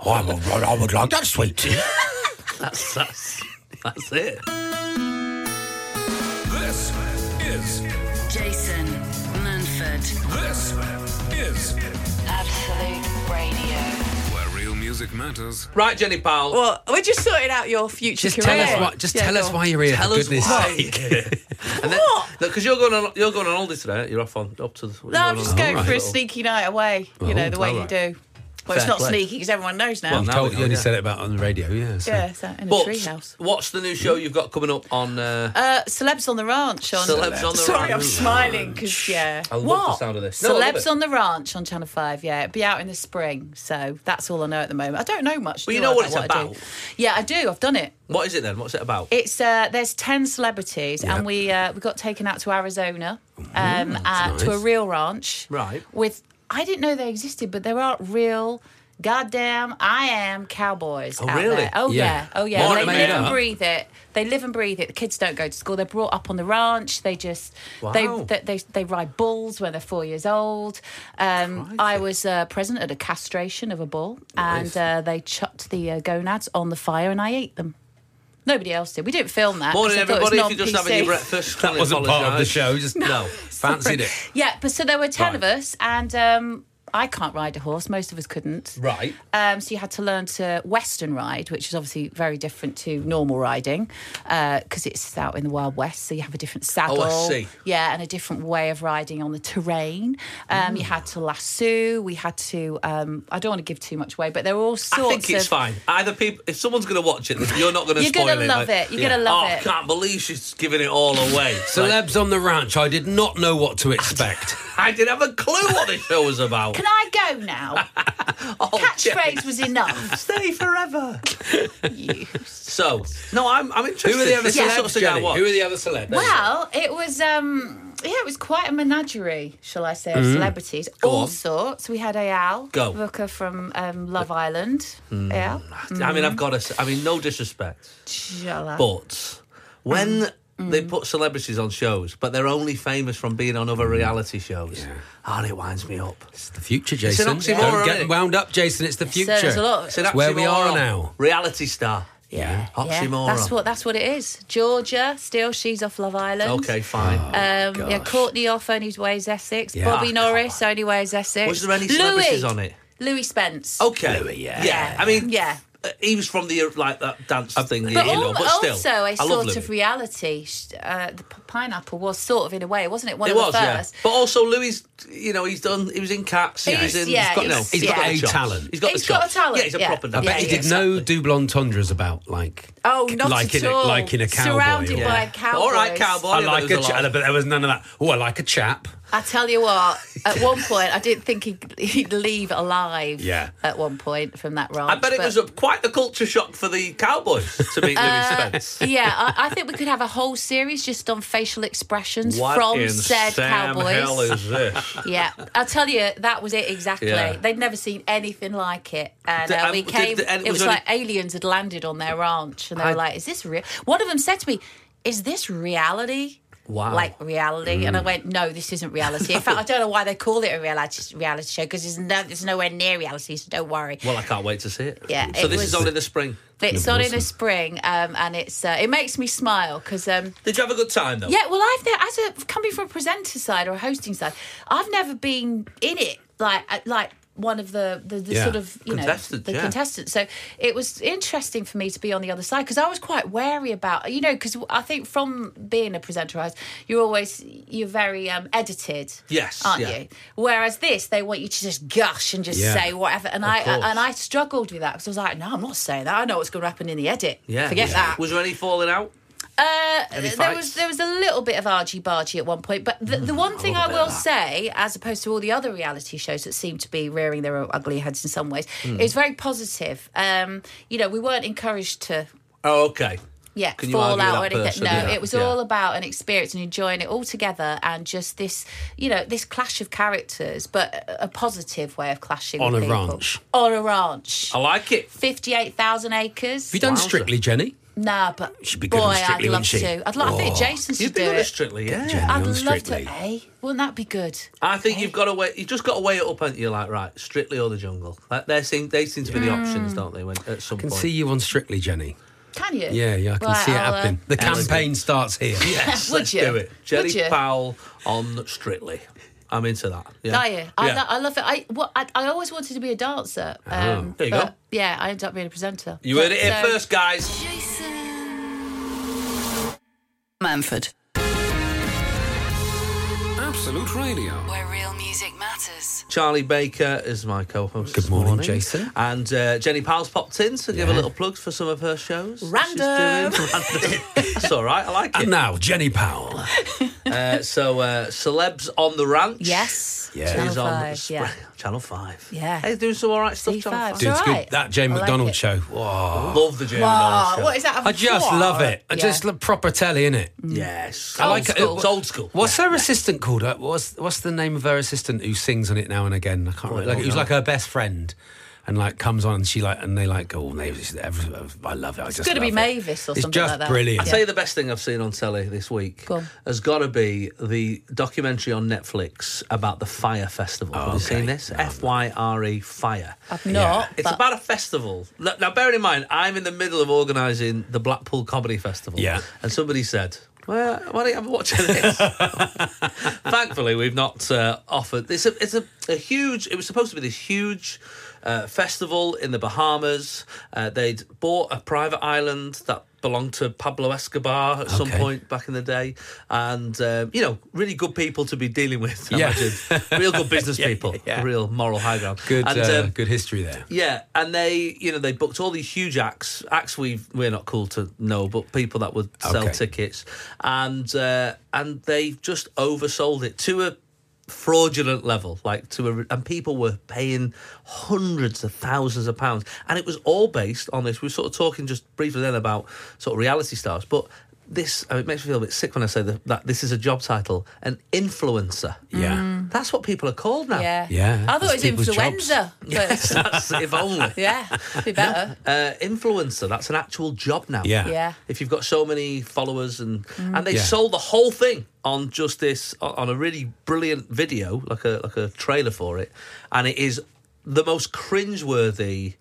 oh, I would, I would like that sweet.
that's, that's that's it.
This is
Jason Manford,
this is
Absolute Radio.
where real music matters.
Right, Jenny Powell.
Well, we're just sorting out your future
Just
career.
tell us why. Just
Yeah,
tell
go
us
on.
why you're here.
Tell
for
us
goodness
why.
sake.
What?
Because you're going on you're going on holiday today. aren't you? You're off on up to. The,
No, I'm just going
All
for a
right.
sneaky night away. You know the way
alright.
you do. Well, it's
Fair
not
play.
sneaky because everyone knows now.
Well, no.
Told-
we
you
know,
only
yeah.
said it about on the radio, yeah. so-
yeah, so in a
But
treehouse.
what's the new show you've got coming up on? Uh,
Uh, celebs on the ranch. On
Celebs on the
Sorry, I'm
Ranch.
smiling because yeah.
I love
what?
the sound of this. No, I love
Celebs
it.
on the ranch on Channel Five. Yeah, it'll be out in the spring. So that's all I know at the moment. I don't know much.
Well,
do
you know
I,
what
about
it's
I do?
about.
Yeah, I do. I've done it.
what is it then? What's it about?
It's uh, there's ten celebrities,
Yeah.
and we uh, we got taken out to Arizona, um, uh, to a
nice.
real ranch.
Right.
With I didn't know they existed, but there are real. Goddamn, I am cowboys out
really?
there. Oh
Yeah.
yeah, oh yeah.
Well,
they
it made
live and
up.
breathe it. They live and breathe it. The kids don't go to school. They're brought up on the ranch. They just they,
Wow.
they they they ride bulls when they're four years old. Um, I
Crikey.
was uh, present at a castration of a bull,
Nice.
and uh, they chucked the uh, gonads on the fire, and I ate them. Nobody else did. We didn't film that.
Morning,
'cause I thought
everybody.
it
If
was
you're just having your
non-PC.
breakfast,
That wasn't part of the show. Just
No.
fancied it.
Yeah, but so there were 10 of
Right.
us, and um, I can't ride a horse. Most of us couldn't.
Right.
Um, so you had to learn to Western ride, which is obviously very different to normal riding because it's out in the Wild West. So you have a different saddle.
Oh, see.
Yeah, and a different way of riding on the terrain. Um,
Mm.
You had to lasso. We had to, um, I don't want to give too much away, but there were all sorts
I think it's
of.
fine. Either people, if someone's going to watch it, you're not going to
You're
spoil
gonna
it.
love it. You're gonna love
oh,
it."
can't believe she's giving it all away. Like,
Celebs on the ranch. I did not know what to expect.
I didn't have a clue what this show was about.
Can I go now?
Oh,
Catchphrase was enough.
Stay forever.
You
So, no, I'm, I'm interested.
Who are the other
This is the sort of
celebs?
thing I
Jenny?
watch.
Who are the other celebs?
Well, it was um yeah, it was quite a menagerie, shall I say, of celebrities. all
Mm. on.
sorts. We had Ayal
Go. Hmm.
Booker from um, Love Island. Yeah.
I mean, I've got to. s- I mean, no disrespect,
Shall I?
but when
Um, mm.
they put celebrities on shows, but they're only famous from being on other reality shows, oh, it winds me up.
Mm. It's the future,
an
Jason.
oxymoron,
Don't
isn't
get
it?
wound up, Jason. It's the future.
there's a lot-
It's an
where we are
oxymoron.
now.
Reality star.
yeah. yeah.
Oxymoron.
That's what that's what it is. Georgia, still she's off Love Island.
Okay, fine.
Oh. Uh,
Um, yeah,
gosh.
Courtney off only wears Essex.
Yeah.
Bobby
Ah,
Norris only wears Essex.
was there any
Louis-
celebrities on it?
Louis Spence.
Okay.
Louis, yeah.
Yeah. I mean,
Yeah.
uh, He was from the uh, like that dance thing, you
But,
know.
al-
But still,
also
I
a
love
sort
Louis.
of reality. sh- Uh, the p- pineapple was sort of in a way, wasn't it? One
It
of
was,
the
yeah.
first.
But also, Louis, you know, he's done. He was in Cats. He was
He's-
in.
yeah,
he's got, no,
he's-
he's got
yeah.
the
A
chops.
talent.
He's got
He's
the
got a
chops.
talent,
Yeah, he's a
yeah.
proper
I
I
dancer.
bet he
yeah,
did no double entendres about like.
Oh, not
like
at
in
all.
A, like in a cowboy.
Surrounded
or-
by
All right,
cowboys.
cowboy.
I
Yeah,
like
there
a
was a
chap,
lot.
but there was none of that. Oh, I like a chap.
I tell you what, at one point, I didn't think he'd, he'd leave alive
Yeah.
at one point from that ranch.
I bet it
but-
was a, quite the culture shock for the Cowboys to meet Louis
Uh,
Spence.
yeah, I, I think we could have a whole series just on facial expressions
What
from
in
said
Sam
cowboys.
hell is this?
yeah, I'll tell you, that was it exactly.
Yeah.
They'd never seen anything like it, and
Did-
uh,
um,
we
did-
came.
did- and
it
it
was
was only-
like aliens had landed on their ranch, and they
I-
were like, "Is this real?" One of them said to me, "Is this reality?"
Wow.
Like reality,
Mm.
and I went, no, this isn't reality. In fact, I don't know why they call it a reality reality show because it's, no, it's nowhere near reality. So don't worry.
Well, I can't wait to see it.
Yeah,
So
it
this
was-
is only the spring.
it's on in the spring, um, and it's uh, it makes me smile because um,
Did you have a good time though?
Yeah, well, I've ne- as a coming from a presenter side or a hosting side, I've never been in it like uh, like one of the the, the
Yeah.
sort of you know
Contestants,
the
yeah.
contestants. So it was interesting for me to be on the other side because I was quite wary about you know because I think from being a presenter, I was- you're always you're very um, edited,
Yes,
aren't
yeah.
you? Whereas this, they want you to just gush and just
Yeah.
say whatever, and I
course.
and I struggled with that because I was like, no, I'm not saying that. I know what's going to happen in the edit.
Yeah.
forget
was,
that.
Was there any falling out?
Uh, there
fights? Mm,
was there was a little bit of argy bargy at one point, but the, the one thing I will say, as opposed to all the other reality shows that seem to be rearing their ugly heads in some ways,
Hmm.
it was very positive. Um, you know, we weren't encouraged to
Oh, okay.
yeah,
Can you
fall
argue
out
that
or anything.
person?
no,
Yeah.
it was
Yeah.
all about an experience and enjoying it all together, and just this, you know, this clash of characters, but a a positive way of clashing
On
with
a
people.
ranch.
On a ranch,
I like it.
fifty-eight thousand acres.
Have you done
Wowza.
Strictly, Jenny?
Nah, but
She'd be
boy,
good on
I'd
Strictly, wouldn't
love
she?
to. I'd like. I think
Oh.
Jason should
You'd
do
be on
it.
it strictly, yeah.
Jenny
I'd
on
love
Strictly.
to. Eh? Wouldn't that be good?
I think you've got to wait. You just got to weigh it up, and you're like, right, strictly or the jungle. Like, they seem they seem to be
Hmm.
the options, don't they? When at some
I can
point.
see you on Strictly, Jenny.
Can you?
Yeah, yeah, I can
Right,
see it
I'll, uh,
happening. The
Ellen-
campaign starts here.
Yes,
Would
let's
you?
do it. Jerry
Would you?
Powell on Strictly. I'm into that. Yeah.
Are you?
Yeah.
I,
Oh,
lo- I love it. I, what, I I always wanted to be a dancer. Um,
There you go.
but, Yeah, I ended up being a presenter.
You heard
But,
it here
um,
first, guys.
Jason Manford,
Absolute Radio.
where real music matters.
Charlie Baker is my co-host.
Good
this
morning, Jason.
And uh, Jenny Powell's popped in to give a little plug for some of her shows. that she's
Random.
doing. Random. it's all right. I like
And
it.
now, Jenny Powell.
Uh, so, uh, celebs on the ranch.
Yes.
Yeah.
Channel
Is on
five,
Spr-
yeah.
Channel Five.
Yeah.
Hey, doing some all right stuff. Channel
C5.
Five.
It's
Dude, it's good.
alright.
That Jane
I like
McDonald
it.
show. Whoa.
Love the Jamie Nolan
Wow,
show.
Ah, what is that?
I just
What?
love it. I
Yeah.
just love proper telly, innit?
Yes.
I like
school.
it.
It's old school.
What's her assistant called? Uh, What's what's the name of her assistant who sings on it now and again? I can't remember. Like, it was like her best friend, and like comes on and she like and they like go. Oh, they, I love it. I just
gotta be
love it."
Mavis or
It's
something
just
like that.
Brilliant.
I tell you, the best thing I've seen on telly this week
Go on.
has got to be the documentary on Netflix about the Fire Festival. Have you
okay.
seen this? F Y R E Fire.
I've not.
It's
but
about a festival. Look, Now, bearing in mind, I'm in the middle of organising the Blackpool Comedy Festival.
Yeah.
And somebody said, well, why don't you have a watch of this? Thankfully, we've not uh, offered. It's a, it's a, a huge. It was supposed to be this huge uh, festival in the Bahamas. Uh, they'd bought a private island that belonged to Pablo Escobar at some
Okay.
point back in the day, and um, you know, really good people to be dealing with. I
Yeah.
imagine. real good business people,
yeah.
real moral high ground.
Good,
And,
uh,
um,
good history there.
yeah, and they, you know, they booked all these huge acts, acts we we're not cool to know, but people that would sell
Okay.
tickets, and uh, and they just oversold it to a fraudulent level, like to a, and people were paying hundreds of thousands of pounds, and it was all based on this. We were sort of talking just briefly then about sort of reality stars, but. This oh, it makes me feel a bit sick when I say that, that this is a job title, an influencer.
Yeah. Mm.
that's what people are called now.
yeah.
Yeah,
I thought
it's
it was
people's
influenza. But,
That's- if only.
yeah, it'd be better.
uh, influencer. That's an actual job now.
Yeah.
Yeah. Mm.
If you've got so many followers and and they
Yeah.
sold the whole thing on just this on- on a really brilliant video, like a like a trailer for it, and it is the most cringeworthy.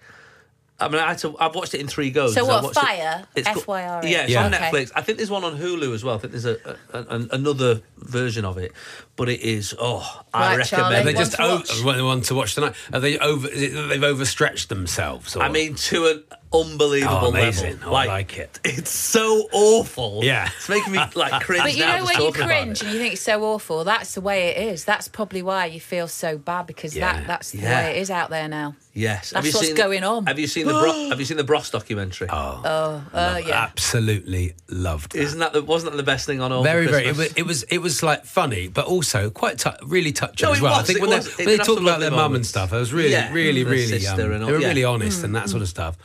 I mean, I had to, I've watched it in three goes.
So
I
what,
watched it-
Fire?
it's got-
FYRE?
Yeah, it's
Yeah.
on
Okay.
Netflix. I think there's one on Hulu as well. I think there's a, a, an another version of it, but it is oh, I
Right,
recommend.
Charlie.
Are
it.
they
One
just
to watch.
o- one to watch tonight? Are they over? Is it that they've overstretched themselves? Or?
I mean, to an unbelievable
Oh, amazing.
level.
Oh, I like it.
It's so awful.
Yeah.
It's making me like cringe
But you
now
know
just
when you
talking about
cringe
it.
and you think it's so awful, that's the way it is. That's probably why you feel so bad because
Yeah.
that that's the
Yeah.
way it is out there now.
Yes.
That's what's
seen,
going on.
Have you seen the Bro- Have you seen the Bros documentary?
Oh yeah.
Absolutely loved that.
Isn't that the, wasn't that the best thing on all?
very,
for
very. It
Christmas?
was, it was, it was like funny, but also quite tou really touching
No,
as
it
well. I
was,
think
it
when
was. It
they, when
did
they
have
talked
some
about
lovely
their mum and
moments.
stuff, it was really,
Yeah,
really,
their
really. Um,
sister and all-
they were
yeah.
really honest and
Hmm.
that sort of stuff.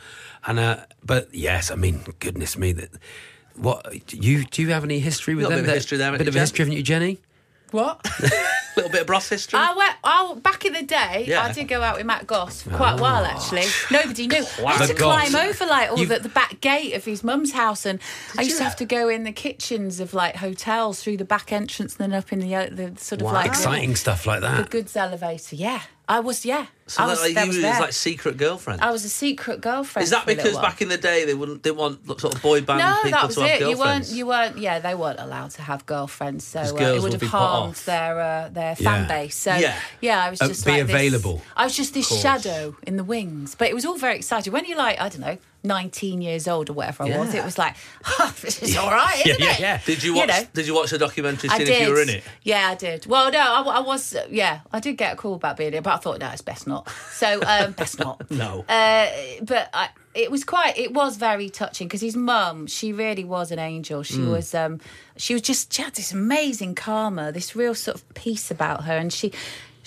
And uh, but yes, I mean, goodness me, that what you do you have any history with
Got a
them?
bit of
That-
history there, haven't
bit
you,
of
Jen?
history, haven't you, Jenny?
What?
a little bit of Bros history.
I went. I, back in the day,
Yeah. Oh,
I did go out with Matt Goss for quite a while actually. Nobody knew. I
Matt
had to
Goss.
climb over like all
You-
the, the back gate of his mum's house, and I used
you?
to have to go in the kitchens of like hotels through the back entrance, and then up in the uh, the sort of
Wow.
like
Exciting stuff like
the
that.
goods elevator. Yeah, I was. Yeah,
so
I
that,
was.
like,
there
you
was
was
there.
like secret girlfriend.
I was a secret girlfriend.
Is that
for a little
because
while.
back in the day they wouldn't they want sort of boy band
no,
people
that was
to have
it. You weren't.
girlfriends?
You weren't. Yeah, they weren't allowed to have girlfriends, so uh,
girls
it
would
would have
be put
harmed
off.
their uh, their
Yeah.
fan base. So
Yeah.
yeah, I was
Uh,
just
be
like this-
available.
I was just this
course.
shadow in the wings, but it was all very exciting. When you're like, I don't know, 19 years old or whatever I was,
Yeah.
it was like, this is all right, isn't
yeah,
it?
yeah.
Did you
You
watch?
know.
did you watch the documentary?
I
Seeing
did.
if you were in it.
Yeah, I did. Well, no, I, I was. Yeah, I did get a call about being in, but I thought no, it's best not. So um, best not.
No.
Uh, but I, it was quite. It was very touching because his mum, she really was an angel. She
Mm.
was. Um, she was just. She had this amazing karma, this real sort of peace about her, and she.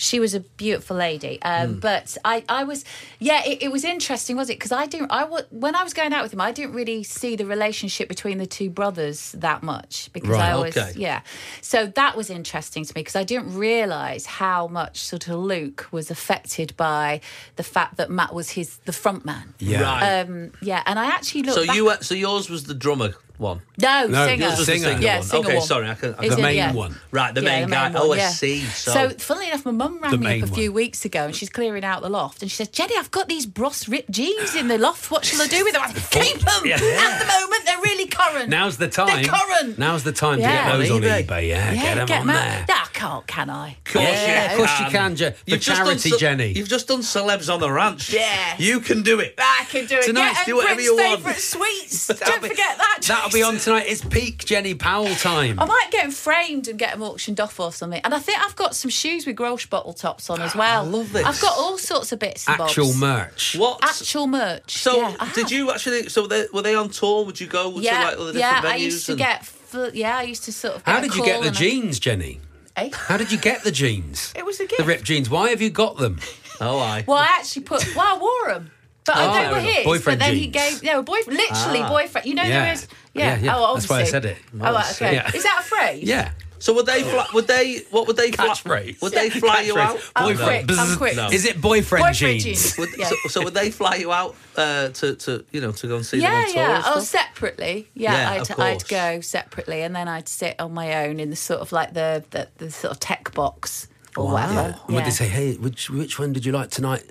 She was a beautiful lady, um,
Mm.
but I, I was, yeah, it, it was interesting, was it? Because I didn't, I wa- when I was going out with him, I didn't really see the relationship between the two brothers that much because
Right,
I always,
okay.
yeah. So that was interesting to me because I didn't realise how much sort of Luke was affected by the fact that Matt was his the front man.
Yeah.
Right.
Um, yeah, and I actually looked.
so
back-
you were, so yours was the drummer one.
no,
No,
singer,
yours was the singer
yeah,
one.
singer
Okay,
one.
sorry, I can- I
Is
the
it?
main
Yeah.
one.
Right, the
Yeah,
main
the
guy.
main
oh,
one,
I
yeah.
see. So,
So, funnily enough, my mum
The
rang me
main
up a few
one.
weeks ago and she's clearing out the loft and she said, Jenny, I've got these Bros ripped jeans in the loft. What shall I do with them? I said, Keep them!
Yeah.
At the moment, they're really current.
Now's the time.
They're current.
Now's the time
Yeah.
to get those on
eBay.
eBay. Yeah,
yeah,
get them on
out.
there.
No, I can't, can I?
course
Yeah,
you
of course you can, Je- for
You've just done
charity,
ce-
Jenny.
You've just done celebs on the ranch.
Yeah.
you can do it.
I can do it.
Tonight,
yeah,
do
and
whatever
Britain's
you want.
favourite sweets. Don't
That'll be-
forget that.
That'll be on tonight. It's peak Jenny
Oh,
Powell time.
I might get them framed and get them auctioned off or something. And I think I've got some shoes with Grolsch bottle tops on as well.
love this.
I've got all sorts of bits and
Actual
bobs.
merch.
What?
Actual merch.
so
yeah, I
did
have.
you actually? So they, were they on tour? Would you go to
Yeah,
like all the different
yeah.
venues?
I used to
and-
get. fl- Yeah, I used to sort of. Get
How
a
did you
call
get the
and I-
jeans, Jenny?
Eh?
How did you get the jeans?
It was a
The
gift.
ripped jeans. Why have you got them?
Oh, I.
Well, I actually put. Well, I wore them. But
Oh,
I they were
fair enough.
his.
Boyfriend
but then he
jeans.
gave. They were boyfriend. Literally boyfriend. You know
Yeah.
there is. Yeah.
Yeah, yeah.
Oh,
That's
obviously.
why I said it.
Oh, right, okay.
Yeah.
Is that a phrase?
Yeah.
So would they? Fly, would they? What would they? Fly,
Catchphrase.
would they fly you out?
Catchphrase.
I'm
Boyfriend.
quick, I'm
Bzzz.
quick. No.
Is it boyfriend,
Boyfriend
jeans?
jeans.
Would,
Oh, Yeah.
so, so would they fly you out uh, to, to you know to go and see
Yeah,
them on tour?
yeah.
and
Oh,
stuff?
separately. Yeah,
Yeah,
I'd,
of
I'd
course.
go separately, and then I'd sit on my own in the sort of like the the, the sort of tech box or
Yeah.
whatever.
And Would
Yeah.
they say, hey, which which one did you like tonight?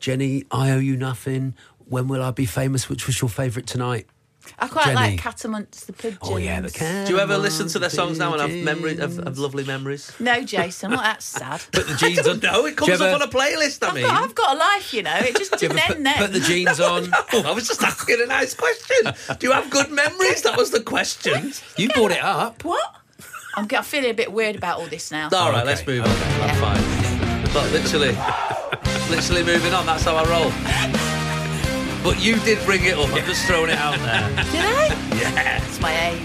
Jenny, I owe you nothing. When will I be famous? Which was your favourite tonight?
I quite
Jenny?
like Cat Amongst the Pigeons.
Oh yeah, the cat.
Do you ever listen to their songs now and have memory of, of lovely memories?
No, Jason. Well, that's sad.
Put the jeans on.
No, it
Do you
comes
ever-
up on a playlist. I
I've
mean,
got, I've got a life, you know. It just
do you
didn't
ever put-
end then.
Put the jeans on.
Oh, I was just asking a nice question. Do you have good memories? That was the question.
You brought it up.
what? I'm, get- I'm feeling a bit weird about all this now.
All
Oh,
right,
okay.
let's move on. I'm fine. But literally, literally moving on. That's how I roll. But you did bring it up. I'm just throwing it out there.
Did I? Yeah. It's my age.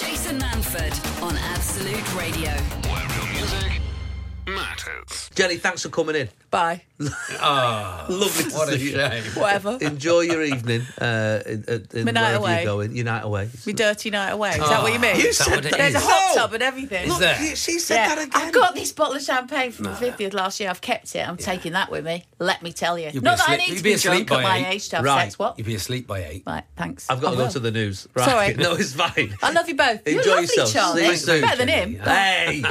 Jason Manford on Absolute Radio.
Where real music matters.
Jenny, thanks for coming in.
Bye.
Lovely to see you.
Whatever.
Enjoy your evening. Uh, in, in- in
My night
wherever
away.
you're going, your night away.
Me dirty night away. Is that what you mean?
You
that
said
what it
that.
There's a
is.
hot
No.
tub and everything.
Ah. Is there?
You- She said that again.
I've got this bottle of champagne from the 50th last year. I've kept it. I'm taking that with me. Let me tell you.
You'll be
Not that I
asleep-
need
you'll
to
be
be
asleep
drunk at
by
my
eight.
age to have
eh? Right.
sex. What?
You've been asleep by eight.
Right, thanks.
I've got
I
to go
will.
to the news. Right.
Oh. Sorry.
No, it's fine.
I love you both.
Enjoy
You're lovely,
yourself. See
Charlie.
you soon,
Better than him.
Hey.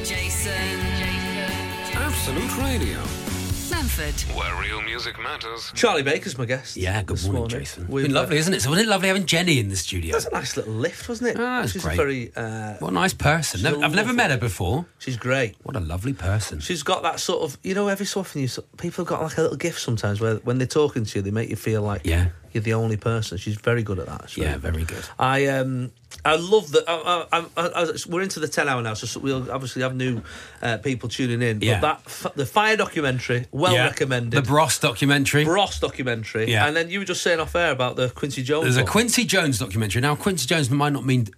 Jason. Jason.
Absolute Radio.
Manford. Manford.
Where real music matters.
Charlie Baker's my guest.
Yeah, good
this
morning, Jason. It's
We've,
been
uh,
lovely, isn't it? So wasn't it lovely having Jenny in the studio?
That's a nice little lift, wasn't it?
Ah, that's
she's
great.
very. Uh,
What a nice person. Never,
So
I've never
lovely.
met her before.
she's great.
What a lovely person.
She's got that sort of, you know, every so often you s- people have got like a little gift sometimes where when they're talking to you, they make you feel like
Yeah.
you're the only person. She's very good at that.
Yeah, very good.
I um I love that. I, I, I, I, we're into the ten hour now, so, so we'll obviously have new uh, people tuning in.
Yeah.
But that f- the fire documentary, well
Yeah.
recommended.
The Bros documentary.
Bros documentary.
Yeah.
And then you were just saying off air about the Quincy Jones.
There's a
one.
Quincy Jones documentary. Now, Quincy Jones might not mean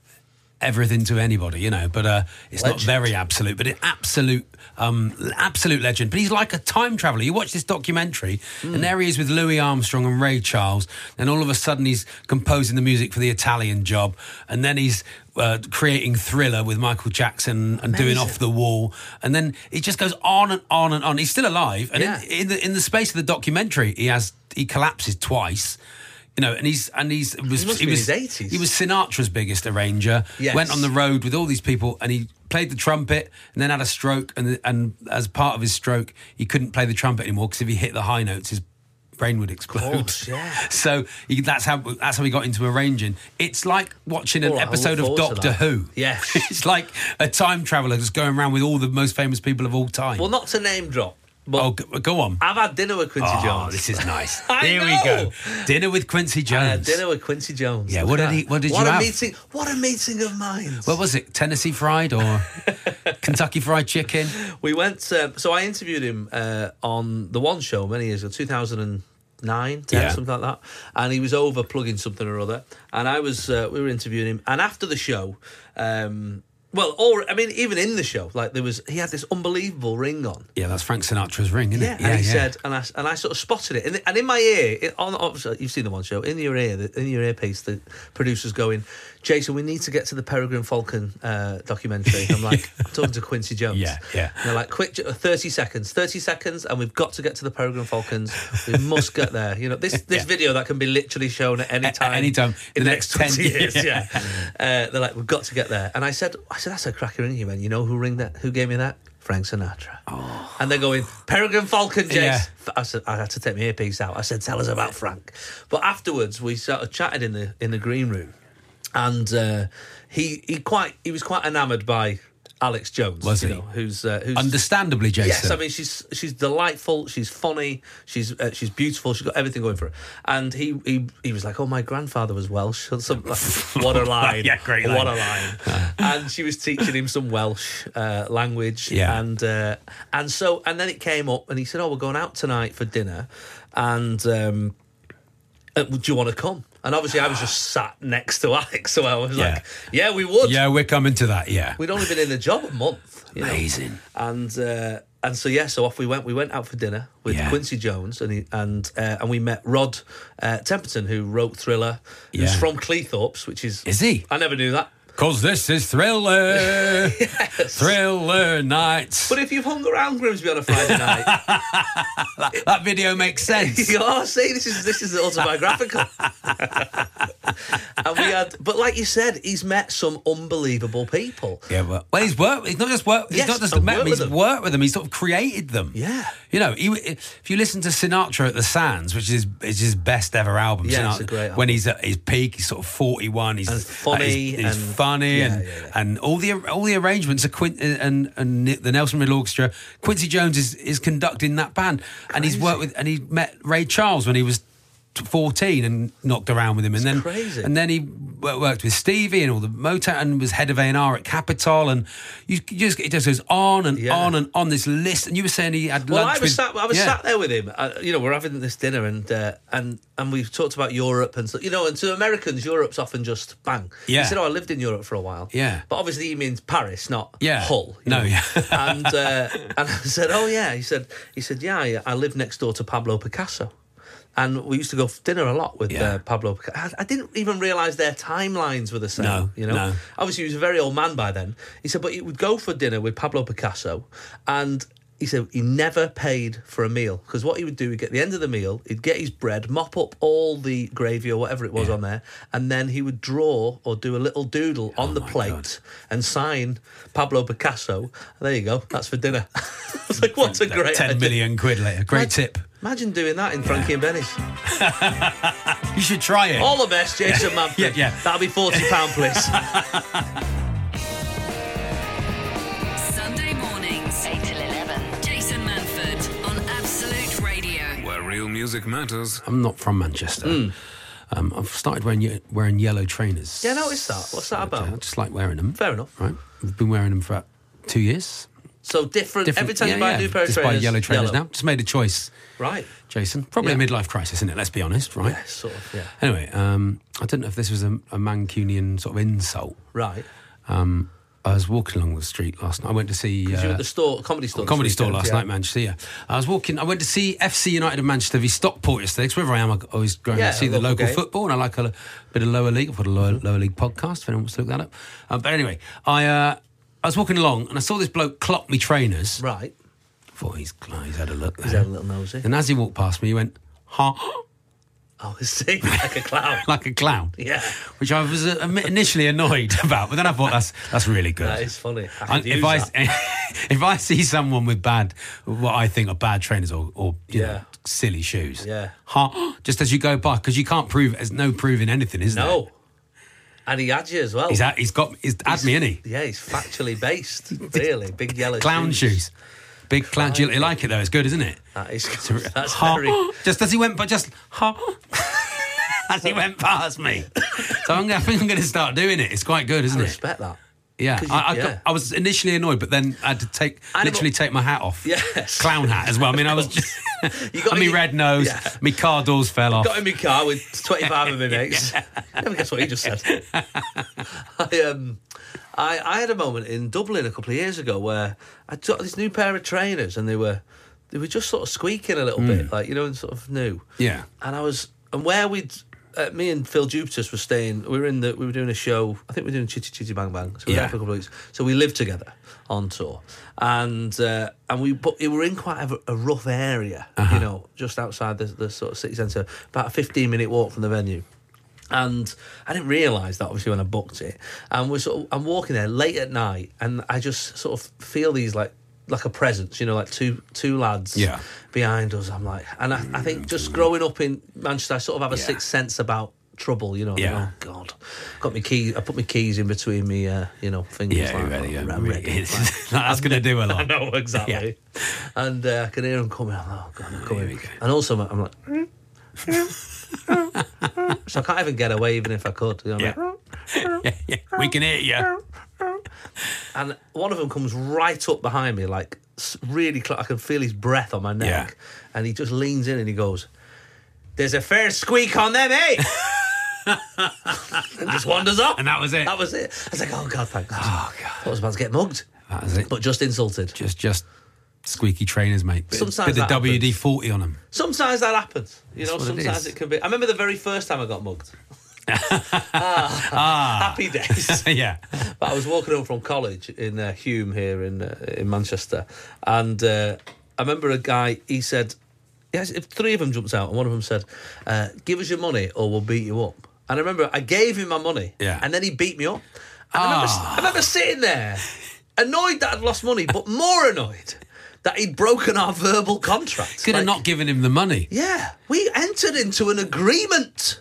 everything to anybody, you know, but uh, it's not
Legend.
very absolute, but it absolute, um, absolute legend. But he's like a time traveler. You watch this documentary, and there he is with Louis Armstrong and Ray Charles, and all of a sudden he's composing the music for the Italian Job, and then he's uh, creating Thriller with Michael Jackson and doing Off the Wall, and then it just goes on and on and on. He's still alive, and
Yeah.
in, in the in the space of the documentary, he has he collapses twice. You know, and he's and he's was
He must
he
be in
was,
his 80s.
He was Sinatra's biggest arranger.
Yes.
Went on the road with all these people, and he played the trumpet, and then had a stroke, and and as part of his stroke, he couldn't play the trumpet anymore because if he hit the high notes, his brain would explode.
course, yeah.
So he, that's how that's how he got into arranging. It's like watching an
All right, Oh, I look
episode of
forward to
Doctor
that.
Who.
Yeah.
it's like a time traveler just going around with all the most famous people of all time.
Well, not to name drop, but
oh, go, go on.
I've had dinner with Quincy
Oh,
Jones.
this is nice.
I
Here we
know.
go. Dinner with Quincy
I had
Jones.
dinner with Quincy Jones.
Yeah,
Look
what
at
did he-
that.
what did
what
you
a
have?
Meeting, what a meeting of minds.
What was it? Tennessee fried or Kentucky fried chicken?
we went. Um, so I interviewed him uh, on the One Show many years ago, two thousand and nine, ten,
Yeah.
something like that. And he was over plugging something or other. And I was, uh, we were interviewing him. And after the show, um, well, or I mean, even in the show, like there was, he had this unbelievable ring on.
Yeah, that's Frank Sinatra's ring, isn't
Yeah,
it?
and he said, and I and I sort of spotted it, and, and in my ear, it, on obviously you've seen the one show in your ear, the, in your earpiece, the producer's going, Jason, we need to get to the Peregrine Falcon uh, documentary. I'm like, I'm talking to Quincy Jones.
Yeah, yeah.
And they're like, quick, J- uh, thirty seconds, thirty seconds, and we've got to get to the Peregrine Falcons. We must get there. You know, this this
Yeah.
video that can be literally shown at any
At- at
time,
any time
in
in the
the
next
next twenty
10
years.
years.
Yeah. Uh, they're like, we've got to get there. And I said, I said, that's a cracker ring, you man. You know who ring that? Who gave me that? Frank Sinatra. And they're going, Peregrine Falcon, Jace.
Yeah.
F- I said, I had to take my earpiece out. I said, tell us about Frank. But afterwards, we sort of chatted in the in the green room, and uh, he he quite he was quite enamoured by Alex Jones.
Was
you
he?
Know, who's uh, who's
Understandably, Jason.
Yes, I mean she's she's delightful. She's funny. She's uh, she's beautiful. She's got everything going for her. And he he, he was like, "Oh, my grandfather was Welsh." Or something like- what a line!
Yeah, great
What
line. Uh.
a line! and she was teaching him some Welsh uh, language.
Yeah.
And uh, and so and then it came up, and he said, "Oh, we're going out tonight for dinner," and. Um, uh, do you want to come? And obviously, I was just sat next to Alex, so I was
Yeah.
like, "Yeah, we would."
yeah, we're coming to that. Yeah,
We'd only been in the job a month. you know.
amazing.
And uh, and so yeah, so off we went. We went out for dinner with
Yeah.
Quincy Jones, and he, and uh, and we met Rod uh, Temperton, who wrote Thriller, who's
Yeah.
from Cleethorpes, which is
Is he?
I never knew that.
Cause this is thriller, thriller nights.
But if you've hung around Grimsby on a Friday night,
that video makes sense.
you are see this is this is autobiographical. and we had, but like you said, he's met some unbelievable people.
Yeah, well, well, he's worked. He's not just worked. He's
Yes,
not just
and
met
worked
them.
with
He's
them.
worked with them. He's sort of created them.
Yeah.
You know, he, if you listen to Sinatra at the Sands, which is is his best ever album,
Yeah,
Sinatra,
it's a great album.
when he's at his peak, he's sort of forty one. He's
And funny
he's, he's
and-
funny,
yeah,
and
yeah, yeah.
and all the all the arrangements are Quin- and and the Nelson Riddle Orchestra. Quincy Jones is is conducting that band, and he's worked with and he met Ray Charles when he was. t- 14 and knocked around with him and then
crazy.
and then he wo- worked with Stevie and all the Motown and was head of A&R at Capitol and you, you just it just goes on and
Yeah.
on and on this list and you were saying he had
Well,
lunch
I was
with-
sat. I was
yeah.
sat there with him. Uh, you know, we're having this dinner, and uh, and and we've talked about Europe, and so, you know, and to Americans, Europe's often just bang.
Yeah.
He said, "Oh, I lived in Europe for a while."
Yeah.
But obviously, he means Paris, not
Yeah.
Hull. you
No,
know.
yeah.
and uh, and I said, "Oh yeah." He said, "He said, yeah, I, I live next door to Pablo Picasso." And we used to go for dinner a lot with
Yeah.
uh, Pablo. Pica- I, I didn't even realise their timelines were the same.
No,
you know,
no.
obviously he was a very old man by then. He said, but he would go for dinner with Pablo Picasso, and he said he never paid for a meal because what he would do, he'd get the end of the meal, he'd get his bread, mop up all the gravy or whatever it was on there, and then he would draw or do a little doodle on the
Oh my
plate
God.
and sign Pablo Picasso. There you go, that's for dinner. It's like, what a
Like
great
10
idea.
million quid later. Great tip.
Imagine doing that in Frankie and Benny's.
You should try it.
All the best, Jason Manford.
Yeah, yeah.
That'll be forty pound, please.
Sunday mornings, 8 till 11. Jason Manford on Absolute Radio.
Where real music matters.
I'm not from Manchester.
Hmm.
Um, I've started wearing ye- wearing yellow trainers.
Yeah, I noticed that. What's that
Okay, I
about?
just like wearing them.
Fair enough.
Right, we've been wearing them for about two years.
So different,
Different-
every time
yeah,
you buy
yeah,
a new pair
just
of trainers.
buy yellow trainers
yellow.
now. Just made a choice,
Right.
Jason. Probably
Yeah.
a midlife crisis, isn't it? Let's be honest, right?
Yeah, sort of, yeah.
Anyway, um, I don't know if this was a, a Mancunian sort of insult.
Right.
Um, I was walking along the street last night. I went to see.
you were
uh,
at the store, comedy store. this
Comedy store
weekend,
last
yeah.
night, Manchester. Yeah, I was walking. I went to see FC United of Manchester v Stockport yesterday. 'cause wherever I am, I always go
Yeah,
and see the
local
local
game.
football, and I like a l- bit of lower league. I've got a lower, lower league podcast. If anyone wants to look that up. Um, but anyway, I uh, I was walking along and I saw this bloke clock me trainers.
Right.
I thought he's he's had a look. There.
He's had a little nosy.
And as he walked past me, he went ha
Oh, is he like a clown?
like a clown.
Yeah.
Which I was uh, admi- initially annoyed about, but then I thought that's that's really good.
That is funny. I could
And if
use
I
that.
if I see someone with bad, what I think are bad trainers or, or you know,
Yeah.
silly shoes,
Yeah.
huh, just as you go by, because you can't prove there's no proving anything, is there?
No. And he had you as well.
He's at, he's got he's had me, innit?
yeah, he's factually based. really, big yellow
Clown shoes, big clown. You, you like it though? It's good, isn't it?
That is. That's
Huh?
very.
Just as he went, but just huh, as he went past me. So I'm, gonna- I think I'm going to start doing it. It's quite good, isn't
I
it?
respect that.
Yeah,
'Cause you-
I, I,
yeah.
Got, I was initially annoyed, but then I had to take
Animal-
literally take my hat off.
Yes.
clown hat as well. I mean, I was just
You got
and me
your-
red nose,
Yeah.
me car doors fell off.
Got in my car with 25 of my mates. Never guess what he just said. I, um, I, I had a moment in Dublin a couple of years ago where I got this new pair of trainers and they were they were just sort of squeaking a little bit, like, you know, and sort of new.
Hmm. Yeah.
And I was, and where we'd, uh, me and Phil Jupitus were staying, we were in the, we were doing a show, I think we were doing Chitty Chitty Bang Bang. So we were
Yeah.
there for a couple of weeks. So we lived together on tour. And, uh, and we, but we were in quite a, a rough area,
Uh-huh.
you know, just outside the, the sort of city centre, about a 15 minute walk from the venue. And I didn't realise that obviously when I booked it. And we're sort of, I'm walking there late at night, and I just sort of feel these like like a presence, you know, like two two lads
Yeah.
behind us. I'm like, and I, I think just growing up in Manchester, I sort of have a
Yeah.
sixth sense about trouble, you know.
Yeah.
Oh God, got my key. I put my keys in between me, uh, you know, fingers.
yeah,
like,
really,
I'm
yeah,
ready.
really.
Like,
that's going to do a
I
lot.
know exactly. And uh, I can hear them coming. I'm like, oh god, they're coming.
we go.
And also, I'm like, so I can't even get away, even if I could. You know, I'm
Yeah.
like,
yeah, yeah, we can hear you.
and one of them comes right up behind me, like s- really close. I can feel his breath on my neck, and he just leans in and he goes, "There's a fair squeak on them, eh?" and just wanders off.
And that was it.
That was it. I was like, "Oh God, thank God!"
Oh, God.
I was about to get mugged,
That is it.
but just insulted.
just just squeaky trainers, mate. Bit,
Sometimes
bit of
that happens.
WD forty on them.
Sometimes that happens. You know,
what it
sometimes
is.
it, can be. I remember the very first time I got mugged. ah, happy days.
yeah,
But I was walking home from college in uh, Hume here in uh, in Manchester, and uh, I remember a guy. He said, "Yes, if three of them jumped out, and one of them said, uh, give us your money or we'll beat you up.'" And I remember I gave him my money,
Yeah. Ah.
and then he beat me up. And I, remember, I remember sitting there, annoyed that I'd lost money, but more annoyed that he'd broken our verbal contract.
could have
Like,
not given him the money.
Yeah, we entered into an agreement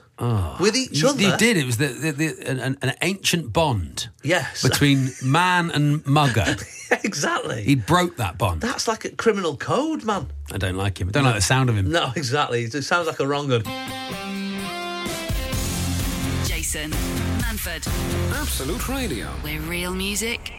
with each
Ah. You
other.
you did. It was the, the, the, an, an ancient bond.
Yes.
Between man and mugger.
exactly.
He broke that bond.
That's like a criminal code, man.
I don't like him. I don't like the sound of him.
No, exactly. It sounds like a wrong one.
Jason Manford,
Absolute Radio.
where real music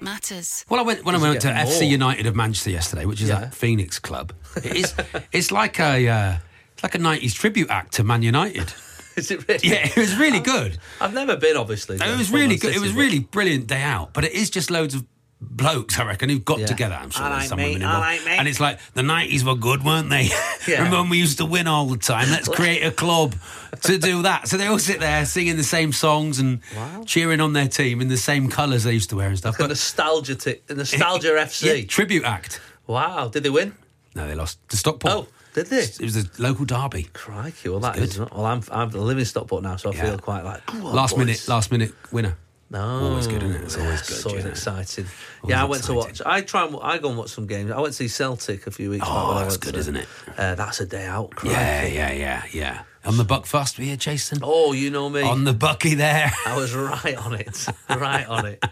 matters.
Well, I went when I went to
get
FC
more?
United of Manchester yesterday, which is
Yeah.
at Phoenix Club. It is. it's like a uh, it's like a nineties tribute act to Man United.
Is it really?
Yeah, it was really good.
I've never been, obviously.
It
though,
was
from
really
Man
good. It
City,
was
but-
really brilliant day out. But it is just loads of blokes, I reckon, who've got
Yeah.
together. I'm sure
All
there's
right,
some
mate.
women
All
involved.
right, mate.
And it's like the nineties were good, weren't they?
Yeah.
Remember when we used to win all the time? Let's create a club to do that. So they all sit there singing the same songs and cheering on their team in the same colours they used to wear and stuff.
Like a nostalgia, t- a nostalgia
Yeah,
FC.
tribute act.
Wow. Did they win?
No, they lost to Stockport.
Oh, did they?
It was a local derby.
Crikey. Well, that is. Well, I'm I'm living in Stockport now, so I
Yeah.
feel quite like "Go on,
last
boys."
minute, last minute winner.
No,
Always good, isn't it? It's always good,
It's always
yeah.
exciting.
Always
yeah, I went to watch.
exciting.
I try and I go and watch some games. I went to see Celtic a few weeks back.
Oh,
when I
that's
went
good,
to-
isn't it?
Uh, that's a day out. Crikey.
Yeah, yeah, yeah, yeah. On the buck fast, were you, Jason?
Oh, you know me.
On the bucky there.
I was right on it, right on it.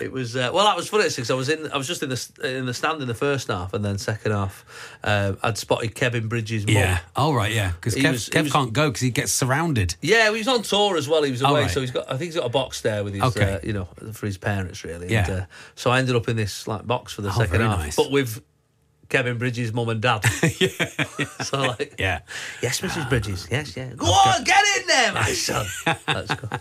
It was uh, well, that was funny because I was in, I was just in the in the stand in the first half, and then second half, uh, I'd spotted Kevin Bridges. Mum.
Yeah. All right. Yeah. Because
He
Kev,
was- he
Kev
was-
can't go because he gets surrounded.
Yeah, well, he was on tour as well. He was
All
away,
Oh, right.
so he's got. I think he's got a box there with his,
Okay.
uh, you know, for his parents really.
Yeah. Oh,
And, uh, so I ended up in this like box for the second
very
half,
nice.
but with Kevin Bridges' mum and dad. so like,
Yeah.
yes,
Ah,
Mrs. Bridges, yes, yeah. Go on, get in there, my son. Let's go. Uh,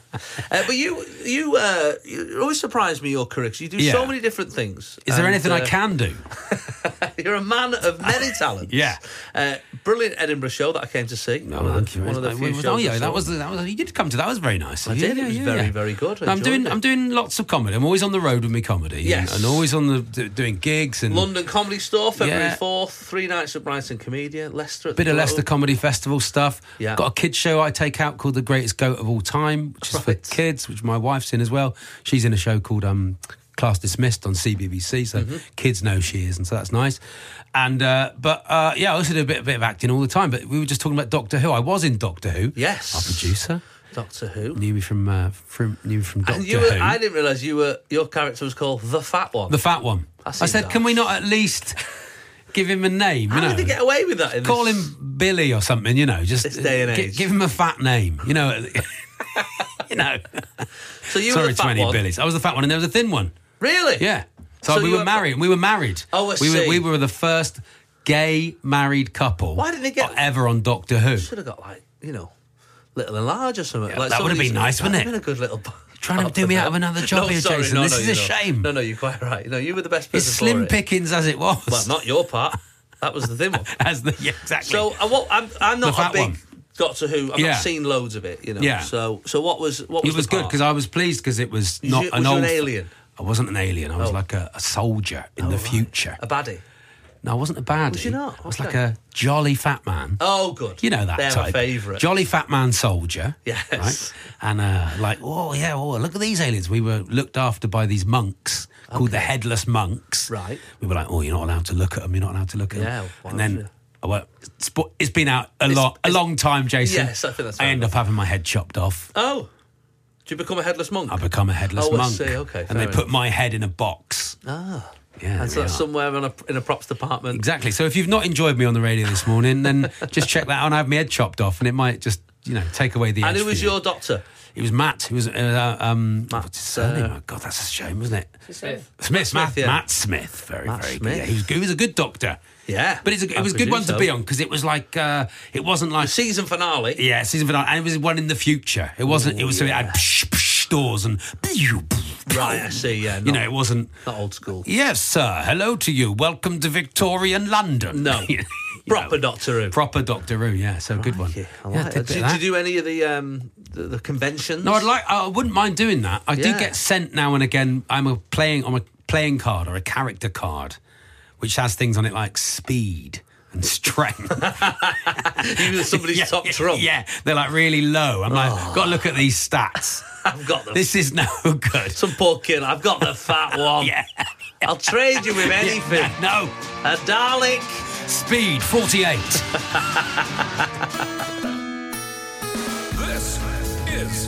but you, you, uh, you always surprise me your career 'cause you do so
Yeah.
many different things.
Is there
And,
anything I
uh,
can do?
You're a man of many talents.
Yeah.
Uh, brilliant Edinburgh show that I came to see.
No,
One of the-
thank you.
One of the
It
few
was-
shows
oh
I
yeah,
saw.
that was that was you did come to that was very nice. I
did, it was very, very good. I
I'm doing
enjoyed it.
I'm doing lots of comedy. I'm always on the road with my comedy. and-
Yes.
and, always on the d- doing gigs and
London Comedy Store, February
Yeah.
4th, three nights at Brighton Comedia, Leicester at
bit
the
of
Globe.
Leicester Comedy Festival stuff.
Yeah.
Got a kids show I take out called The Greatest Goat of All Time, which is
Right.
for kids, which my wife's in as well. She's in a show called um, Class Dismissed on CBBC, so
Mm-hmm.
kids know she is, and so that's nice. And uh, but uh, yeah, I also do a bit, a bit of acting all the time. But we were just talking about Doctor Who. I was in Doctor Who.
Yes.
our producer
Doctor Who.
knew me from uh, from knew me from Doctor
And you were,
Who.
I didn't realise you were your character was called the Fat One.
the fat one. I,
That seems
said, can
harsh.
we not at least give him a name?
How
you know?
did they get away with that? In
call
this?
him Billy or something, you know, just
This day and
gi-
age.
give him a fat name, you know. you know.
So you were
Sorry
the
to
Fat
any
One.
Billies. I was the fat one and there was a thin one.
Really?
Yeah. So,
So
we
you
were
were-
married and we were married.
Oh, I
we
see.
were we were the first gay married couple
Why didn't they get-
ever on Doctor Who.
Should have got like you know, little and large or something.
Yeah,
like
that would've
somebody's-
been nice, wouldn't
that'd
it?
Been a good little.
Trying to do me out of another job
no,
here,
sorry,
Jason.
No,
This
no,
is
you
a
know.
shame.
No, no, you're quite right. No, you were the best
It's
person. for
slim
it.
pickings as it was.
Well, not your part. That was the thin one.
as the yeah, exactly.
So uh, well, I'm I'm
The
not a
fat
big
one.
Doctor Who. I've
Yeah.
not seen loads of it, you know.
Yeah.
So so what was what was
it was
the
good
part?
because I was pleased because it was
Was
not
you-
an
was you
old
an alien?
I wasn't an alien. I was
Oh.
like a, a soldier in the future.
a baddie.
No, I wasn't a baddie.
Was you not?
I was
Okay.
like a jolly fat man.
Oh, good.
You know that
They're
type.
my favourite.
Jolly fat man soldier.
Yes.
Right? And uh, like, oh, yeah, oh, look at these aliens. We were looked after by these monks called the Headless Monks.
Right.
We were like, oh, you're not allowed to look at them. You're not allowed to look at
Yeah,
them.
why
and
would
then
you?
I went, it's, bo- it's been out a, lot, a long time, Jason.
Yes, I think that's
I
fair
end
enough.
up having my head chopped off.
oh, do you become a headless monk?
I become a headless
Oh, I
monk.
see, okay, fair
and they
enough.
put my head in a box.
ah,
Yeah.
and so
they
that's
are.
somewhere on a, in a props department.
Exactly. So if you've not enjoyed me on the radio this morning, then just check that out. I have my head chopped off, and it might just you know take away the.
And
edge
who
for
was
you.
your doctor?
It was Matt. Who was uh, um?
Matt,
What's his surname?
uh,
oh God, that's a shame, wasn't it?
Smith.
Smith,
Matt
Matt,
Smith, yeah.
Matt Smith, very,
Matt
very
Smith.
good. Yeah, he, was, good- he was a good doctor.
Yeah,
but it's a,
I
it was a good one
presume
to be
so.
on because it was like uh, it wasn't like
Season finale.
yeah season finale, and it was one in the future. It wasn't. it was so it had psh, psh, doors and
Right, I see. Yeah,
you
not-
know it wasn't.
not old school.
Yes, sir. Hello to you. Welcome to Victorian London.
No.
You
Proper
know,
Doctor Who.
Proper Doctor Who. Yeah, so good one.
Yeah, I
Yeah,
like
did a bit
that. Did,
of
did
that.
you do any of the um the, the conventions?
No, I'd like. I wouldn't mind doing that. I
Yeah.
do get sent now and again. I'm a playing. I'm a playing card or a character card, which has things on it like speed and strength.
Even somebody's
yeah,
top
yeah,
trump. Oh.
Yeah, they're like really low. I'm like, got to look at these stats.
I've got them.
this is no good.
Some poor kid. I've got the fat one.
yeah.
I'll trade you with anything.
No.
A Dalek.
Speed 48.
This is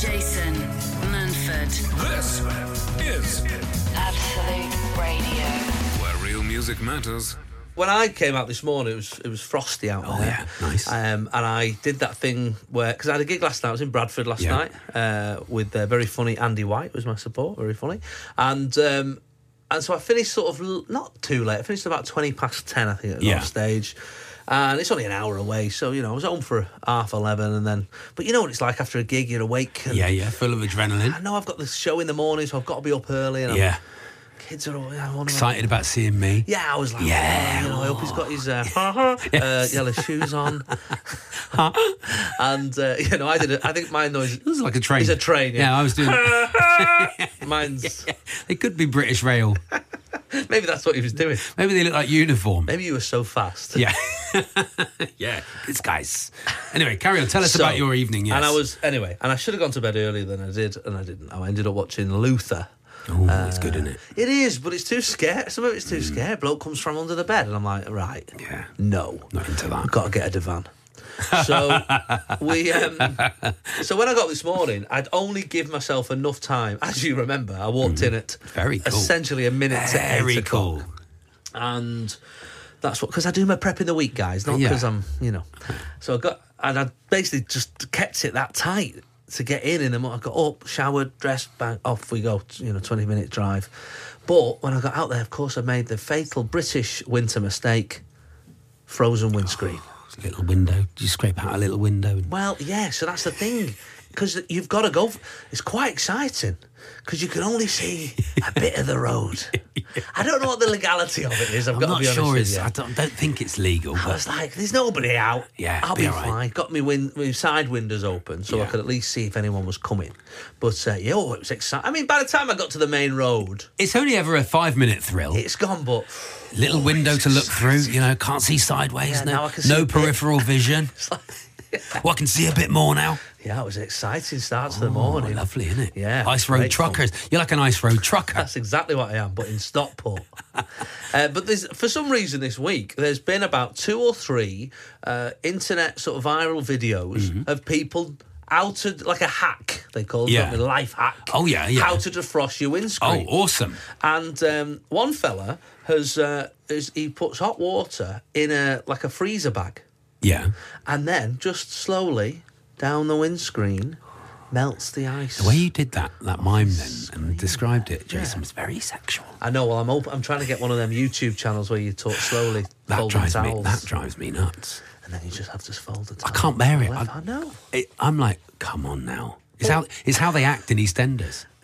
Jason Manford,
this is
Absolute Radio.
where real music matters.
When I came out this morning, it was it was frosty out
Oh,
there.
yeah, nice.
Um, and I did that thing where because I had a gig last night. I was in Bradford last
Yeah.
night uh, with uh, very funny Andy White was my support. Very funny. And um, and so I finished sort of l- not too late. I finished about twenty past ten. I think it was
Yeah.
off stage. And it's only an hour away, so you know I was home for half eleven, and then. But you know what it's like after a gig, you're awake. And
yeah, yeah. Full of adrenaline.
I know I've got this show in the morning, so I've got to be up early. And I'm-
Yeah.
kids are all I wanna-
Excited about seeing me.
Yeah, I was like,
Yeah.
yeah, you know, I hope he's got his uh, uh, yellow shoes on, and uh, you know, I did. A, I think mine noise.
It was like a train.
It's a train, yeah.
I was doing.
Mine's
it could be British Rail.
Maybe that's what he was doing.
Maybe they look like uniform.
Maybe you were so fast.
Yeah. yeah. This guy's. Anyway, carry on. Tell us
So-
about your evening. Yes.
And I was anyway, and I should have gone to bed earlier than I did, and I didn't. I ended up watching Luther.
Ooh,
Oh,
it's good, isn't it?
It is, but it's too scary. Some of it's too scary. Bloke comes from under the bed, and I'm like, right,
Mm. Yeah.
no,
Not into that.
I've got to get a divan. So we, um, so when I got this morning, I'd only give myself enough time. As you remember, I walked in at
Mm-hmm. Very cool.
essentially a minute to eight
Very cool.
o'clock. and that's what because I do my prep in the week, guys, not
Yeah.
because I'm you know. So I got and I basically just kept it that tight to get in in the morning. I got up, showered, dressed, bang, off we go. You know, twenty minute drive. But when I got out there, of course, I made the fatal British winter mistake: frozen windscreen.
It's a little window. You scrape out a little window. And...
Well, yeah, so that's the thing. Because you've got to go. f it's quite exciting because you can only see a bit of the road. I don't know what the legality of it is. I've
I'm
got to
not
be honest
sure.
with
It's,
you.
I don't, don't think it's legal,
I
but
was like, there's nobody out.
Yeah,
I'll
be
be,
all right.
fine. Got my, win- my side windows open so I
Yeah.
could at least see if anyone was coming. But uh, yeah, oh, it was exciting. I mean, by the time I got to the main road,
it's only ever a five minute thrill.
it's gone. But
little window to look through. You know, can't see sideways.
Yeah,
no
now I can
no
see a bit.
peripheral vision. well, I can see a bit more now.
yeah, it was an exciting start to the
Oh,
morning.
lovely, isn't it?
Yeah,
Ice road
great fun.
truckers. You're like an ice road trucker.
That's exactly what I am, but in Stockport. uh, but there's, for some reason this week, there's been about two or three uh, internet sort of viral videos
Mm-hmm.
of people outed like a hack. They call it
Yeah.
yeah. a life hack.
Oh, yeah, yeah.
How to defrost your
Oh,
windscreen.
awesome.
And um, one fella has, uh, is he puts hot water in a like a freezer bag,
Yeah.
and then just slowly down the windscreen melts the ice.
The way you did that, that mime then, and described it, Jason, was very sexual.
I know. Well, I'm op- I'm trying to get one of them YouTube channels where you talk slowly,
That
fold
drives
the
me.
towels,
That drives me nuts.
and then you just have to fold the
I
towel.
can't bear it.
I,
I,
I know.
It, I'm like, come on now. It's how it's how they act in EastEnders.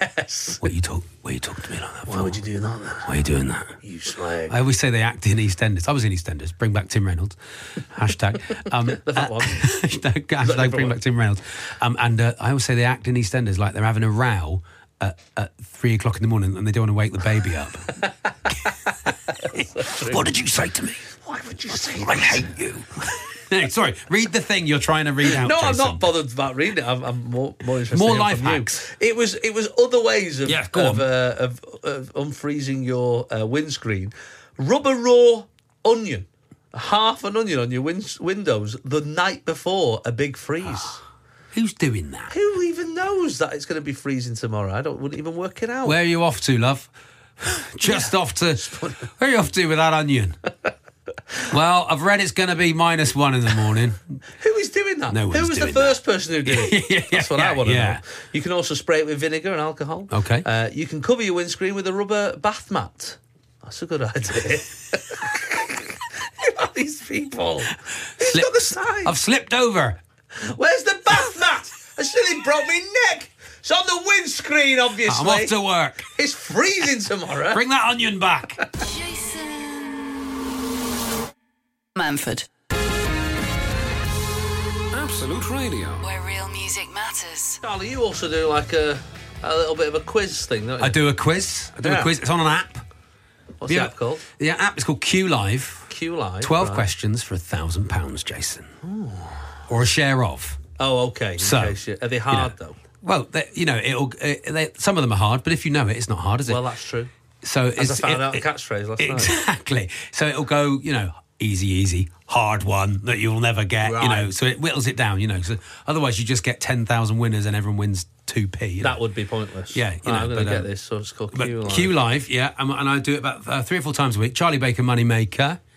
Yes.
What you talk? What you talking to me like that?
Why
for?
would you do that? Then?
Why are you doing that?
You slag.
I always say they act in EastEnders. I was in EastEnders. Bring back Tim Reynolds. Hashtag. Um,
The fat one.
hashtag hashtag
different
bring
one?
back Tim Reynolds. Um, and uh, I always say they act in EastEnders like they're having a row at, at three o'clock in the morning and they don't want to wake the baby up. what did you say to me?
Why would you say
I
that?
hate you. no, sorry. Read the thing you're trying to read out.
No, I'm
Jason.
not bothered about reading it. I'm, I'm more, more interested.
More
in
life
from you.
hacks.
It was it was other ways of
Yeah, go
of,
on.
uh, of of unfreezing your uh, windscreen. Rubber raw onion, half an onion on your win- windows the night before a big freeze.
Who's doing that?
Who even knows that it's going to be freezing tomorrow? I don't wouldn't even work it out.
Where are you off to, love? Just off to. Where are you off to with that onion? well, I've read it's going to be minus one in the morning.
Who is doing that?
No one's
Who was the
doing
first person who did it?
Yeah,
That's what
yeah,
I want to
yeah.
know. You can also spray it with vinegar and alcohol.
Okay.
Uh, you can cover your windscreen with a rubber bath mat. That's a good idea. Who are these people? Who's
Slip-
got the sign?
I've slipped over.
Where's the bath mat? I nearly broke my neck. It's on the windscreen,
I'm
obviously.
off to work.
It's freezing tomorrow.
Bring that onion back.
Jason Manford,
Absolute Radio.
where real music matters.
Charlie, you also do like a, a little bit of a quiz thing, don't you?
I do a quiz. I do a
Yeah.
quiz. It's on an app.
What's the app called?
The app is called Q Live.
Q Live.
12
right.
questions for a thousand pounds, Jason. Or a share of.
Oh, okay. in
So,
case you- are they hard
you know.
though?
Well, they, you know, it'll. Uh, they, some of them are hard, but if you know it, it's not hard, is it?
Well, that's true.
so
As
it's,
I found
it-
out a
it-
catchphrase last night.
Exactly. So it'll go, you know, easy, easy, hard one that you'll never get, you know.
Right.
So it whittles it down, you know. So otherwise, you just get 10,000 winners and everyone wins 2p. you know.
That would be pointless.
Yeah, you
Right,
know,
I'm going
but,
to get
um,
this. So it's called
But
Q Live.
Q Live, yeah, and, and I do it about uh, three or four times a week. Charlie Baker Moneymaker.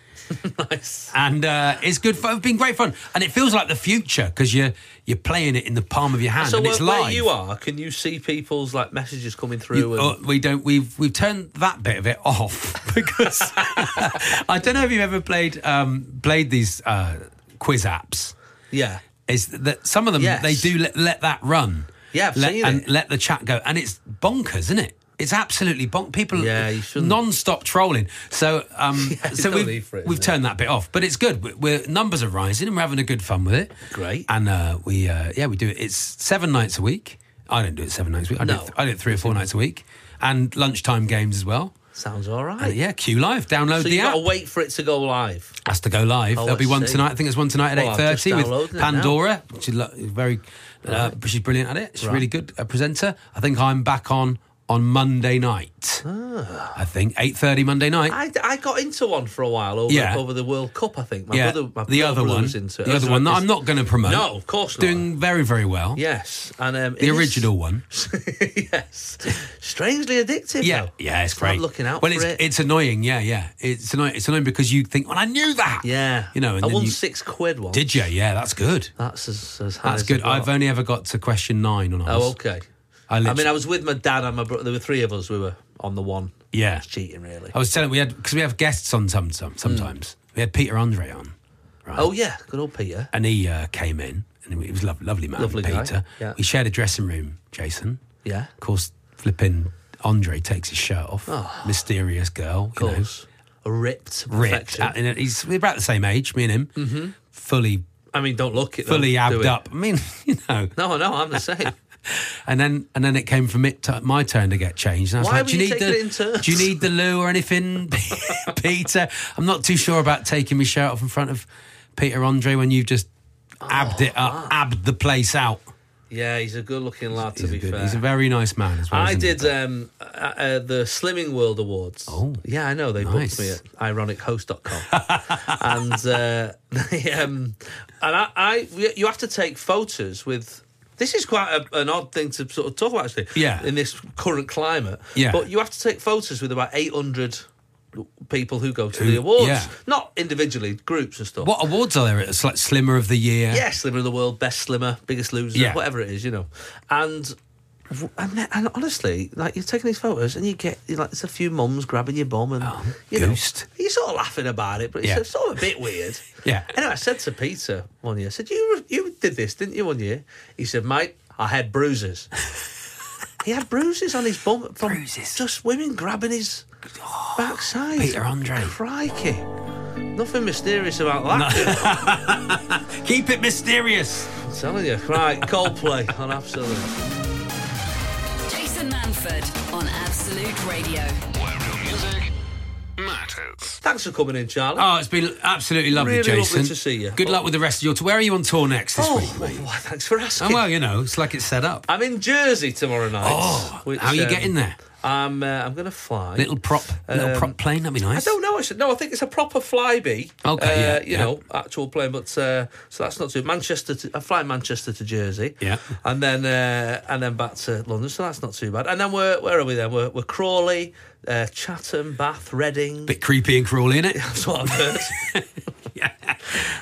Nice.
And uh, it's good fun. It's been great fun, and it feels like the future because you're you're playing it in the palm of your hand,
So
and
where,
it's
where
live.
you are, can you see people's like messages coming through?
You-
and,
oh, we don't. We've we've turned that bit of it off because I don't know if you've ever played um, played these uh, quiz apps.
yeah.
Is that some of them
Yes.
they do let, let that run?
Yeah, I've
let,
seen
and
it.
let the chat go, and it's bonkers, isn't it? It's absolutely bonk. People,
Yeah, you shouldn't.
non-stop trolling. So, um,
there's
so
no
we've,
need for it,
we've
is
turned that bit off, but it's good. We're, we're numbers are rising, and we're having a good fun with it.
Great.
And uh, we, uh, yeah, we do it. It's seven nights a week. I don't do it seven nights a week. I do
No.
it, I do it three or four nights a week, and lunchtime games as well.
Sounds all
And
right.
yeah, Q Live. Download
So
the
you've got
app.
to wait for it to go live.
Has to go live.
Oh,
There'll be
I
one
see.
tonight. I think it's one tonight at
Well,
eight
I've just
thirty with
downloaded it now.
Pandora. She's lo- very, uh, she's brilliant at it. She's a really
Right.
good uh, presenter. I think I'm back on on Monday night.
Ah.
I think eight thirty Monday night.
I, I got into one for a while over,
Yeah.
over the World Cup, I think. My
yeah,
brother, my
the
brother
other one.
was into it.
The other one. that
It's-
I'm not going to promote.
No, of course not.
Doing very very well.
Yes, and um,
The original one.
yes, strangely addictive.
Yeah,
though.
yeah, it's
Stop
great.
looking out
well,
for
it's,
it.
it's annoying. Yeah, yeah, it's annoying. It's annoying because you think, well, I knew that.
yeah,
you know. And
I
then
won
you-
six quid once.
Did you? Yeah, that's good.
That's as, as high
That's
as
good.
I got.
I've only ever got to question nine on ours.
Oh, okay.
I
I, mean,
literally-
I was with my dad and my brother. There were three of us. We were on the one.
Yeah.
it's cheating really.
I was telling we had because we have guests on some,
Mm.
some sometimes. We had Peter Andre on, right?
Oh yeah, good old Peter.
and he uh, came in and he was a lov- lovely man,
Lovely guy,
Peter.
yeah.
We shared a dressing room, Jason.
Yeah.
Of course, flipping Andre takes his shirt off.
Oh.
Mysterious girl,
Of course, a ripped
you know, ripped.
perfection.
Uh, and he's we're about the same age, me and him. Mm-hmm. Fully,
I mean, don't look it. though,
fully
do
abbed
it.
up. I mean, you know.
No, no, I'm the same.
And then, and then it came from it to my turn to get changed. And I was
Why
like,
were
"Do you
you
need
taking it in
the
turns?"
Do you need the loo or anything, Peter? I'm not too sure about taking my shirt off in front of Peter Andre when you've just
Oh,
abbed it up, abbed the place out."
yeah, he's a good-looking lad. To
He's,
be
a, good-
fair,
he's a very nice man as well.
I
isn't he?
did um, uh, uh, the Slimming World Awards.
Oh.
yeah, I know they
Nice.
booked me at ironichost.com, and uh, they, um, and I, I, you have to take photos with. This is quite a, an odd thing to sort of talk about, actually.
Yeah.
In this current climate.
Yeah.
But you have to take photos with about eight hundred people who go to
Who-
the awards,
yeah.
not individually, groups and stuff.
What awards are there? It's like Slimmer of the Year.
Yeah, slimmer in the world, best slimmer, biggest loser,
Yeah.
whatever it is, you know. And and, then- and honestly, like you're taking these photos and you get you're like it's a few mums grabbing your bum and you
goosed.
know you're sort of laughing about it, but
Oh, Yeah.
it's sort of a bit weird.
Yeah.
Anyway, I said to Peter one year, I said you you did this, didn't you? One year, he said, mate, I had bruises. he had bruises on his bum from
Bruises. Oh,
just women grabbing his backside.
Peter Andre.
crikey. Nothing mysterious about that.
Keep it mysterious.
I'm telling you. Right, Coldplay on Absolute.
Jason Manford on Absolute Radio.
Where real music matters.
Thanks for coming in, Charlie.
Oh, it's been absolutely lovely,
Really lovely
Jason.
to see you.
Good luck with the rest of your tour. Where are you on tour next this
Oh,
week, mate?
well, thanks for
Oh,
asking.
well, you know, it's like it's set up.
I'm in Jersey tomorrow night.
Oh, how are
um,
you getting there?
I'm uh, I'm going to fly.
Little prop, little
Um,
prop plane. That'd be
I
nice.
don't know. I should, no, I think it's a proper flyby.
Okay,
uh,
yeah,
you
yeah.
know, actual plane. But uh, so that's not too. Manchester. To, I fly Manchester to Jersey.
Yeah.
and then uh, and then back to London. So that's not too bad. And then we're where are we then? We're, we're Crawley, uh, Chatham, Bath, Reading.
Bit creepy and crawly, isn't it?
that's what I've heard.
yeah.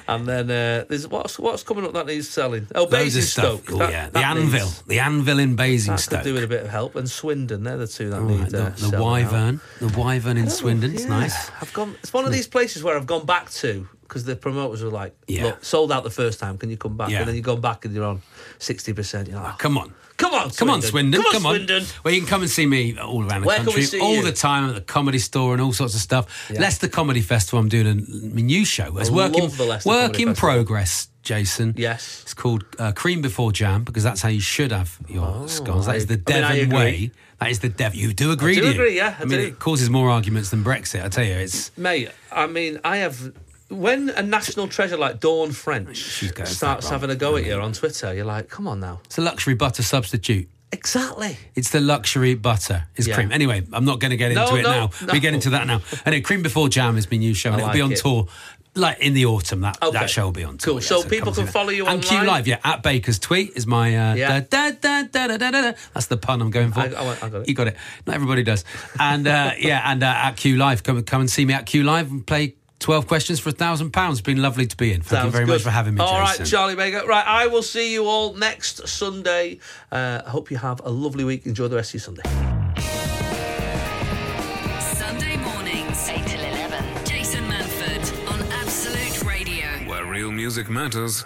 and then uh, there's what's what's coming up that needs selling. Oh,
Loads of stuff.
Basingstoke.
Oh,
That-
yeah. The
that needs-
anvil. The anvil in
That could
Basingstoke.
do with a bit of help. And Swindon, they're the two
All
that
right,
need uh,
Oh, the, the
selling out.
wyvern. The wyvern in
Oh,
Swindon. It's
yeah.
nice.
I've gone. It's one of these places where I've gone back to because the promoters were like,
Yeah.
"Look, sold out the first time. Can you come back?"
Yeah.
And then you go back and you're on sixty percent. You're like, oh,
Come on.
come on,
Come on, Swindon. Come on.
Swindon.
Well, you can come and see me all around the
Where can we
country,
see
all
you?
the time at the comedy store and all sorts of stuff.
Yeah.
Leicester Comedy Festival. I'm doing a my new show. It's
I
work in,
love the Leicester
work
Comedy
in
Festival.
progress, Jason.
Yes.
It's called uh, Cream Before Jam because that's how you should have your scones. That
Oh, I-
is the
I mean,
Devon
I agree.
way. That is the Devon. You do agree,
do
you?
agree, yeah, I
mean,
do.
it causes more arguments than Brexit. I tell you, it's
Mate, I mean, I have. When a national treasure like Dawn French
She's got it
starts
that Mm. wrong.
having a go at you on Twitter, you're like, "Come on now."
it's a luxury butter substitute.
Exactly.
It's the luxury butter. It's
Yeah.
cream. Anyway, I'm not going to get into
No,
it
no,
now.
no.
We get into that now. Anyway, Cream Before Jam is my new show, and
I
it'll be
like
on
it.
tour like in the autumn. That
Okay.
that show will be on tour.
Cool. So people
come
can
see
follow you
and Q
online?
Live, yeah, at Baker's Tweet is my. Uh,
Yeah.
da, da, da, da, da, da, da. That's the pun I'm going for.
I- I went- I got it.
You got it. Not everybody does. And uh, yeah, and uh, at Q Live, come come and see me at Q Live and play. 12 questions for a thousand pounds. It's been lovely to be in. Thank you
Sounds
very
good.
much for having me,
All right,
Jason.
Charlie Baker. Right, I will see you all next Sunday. Uh, I hope you have a lovely week. Enjoy the rest of your Sunday.
Sunday mornings, 8 till 11. Jason Manford on Absolute Radio.
Where real music matters.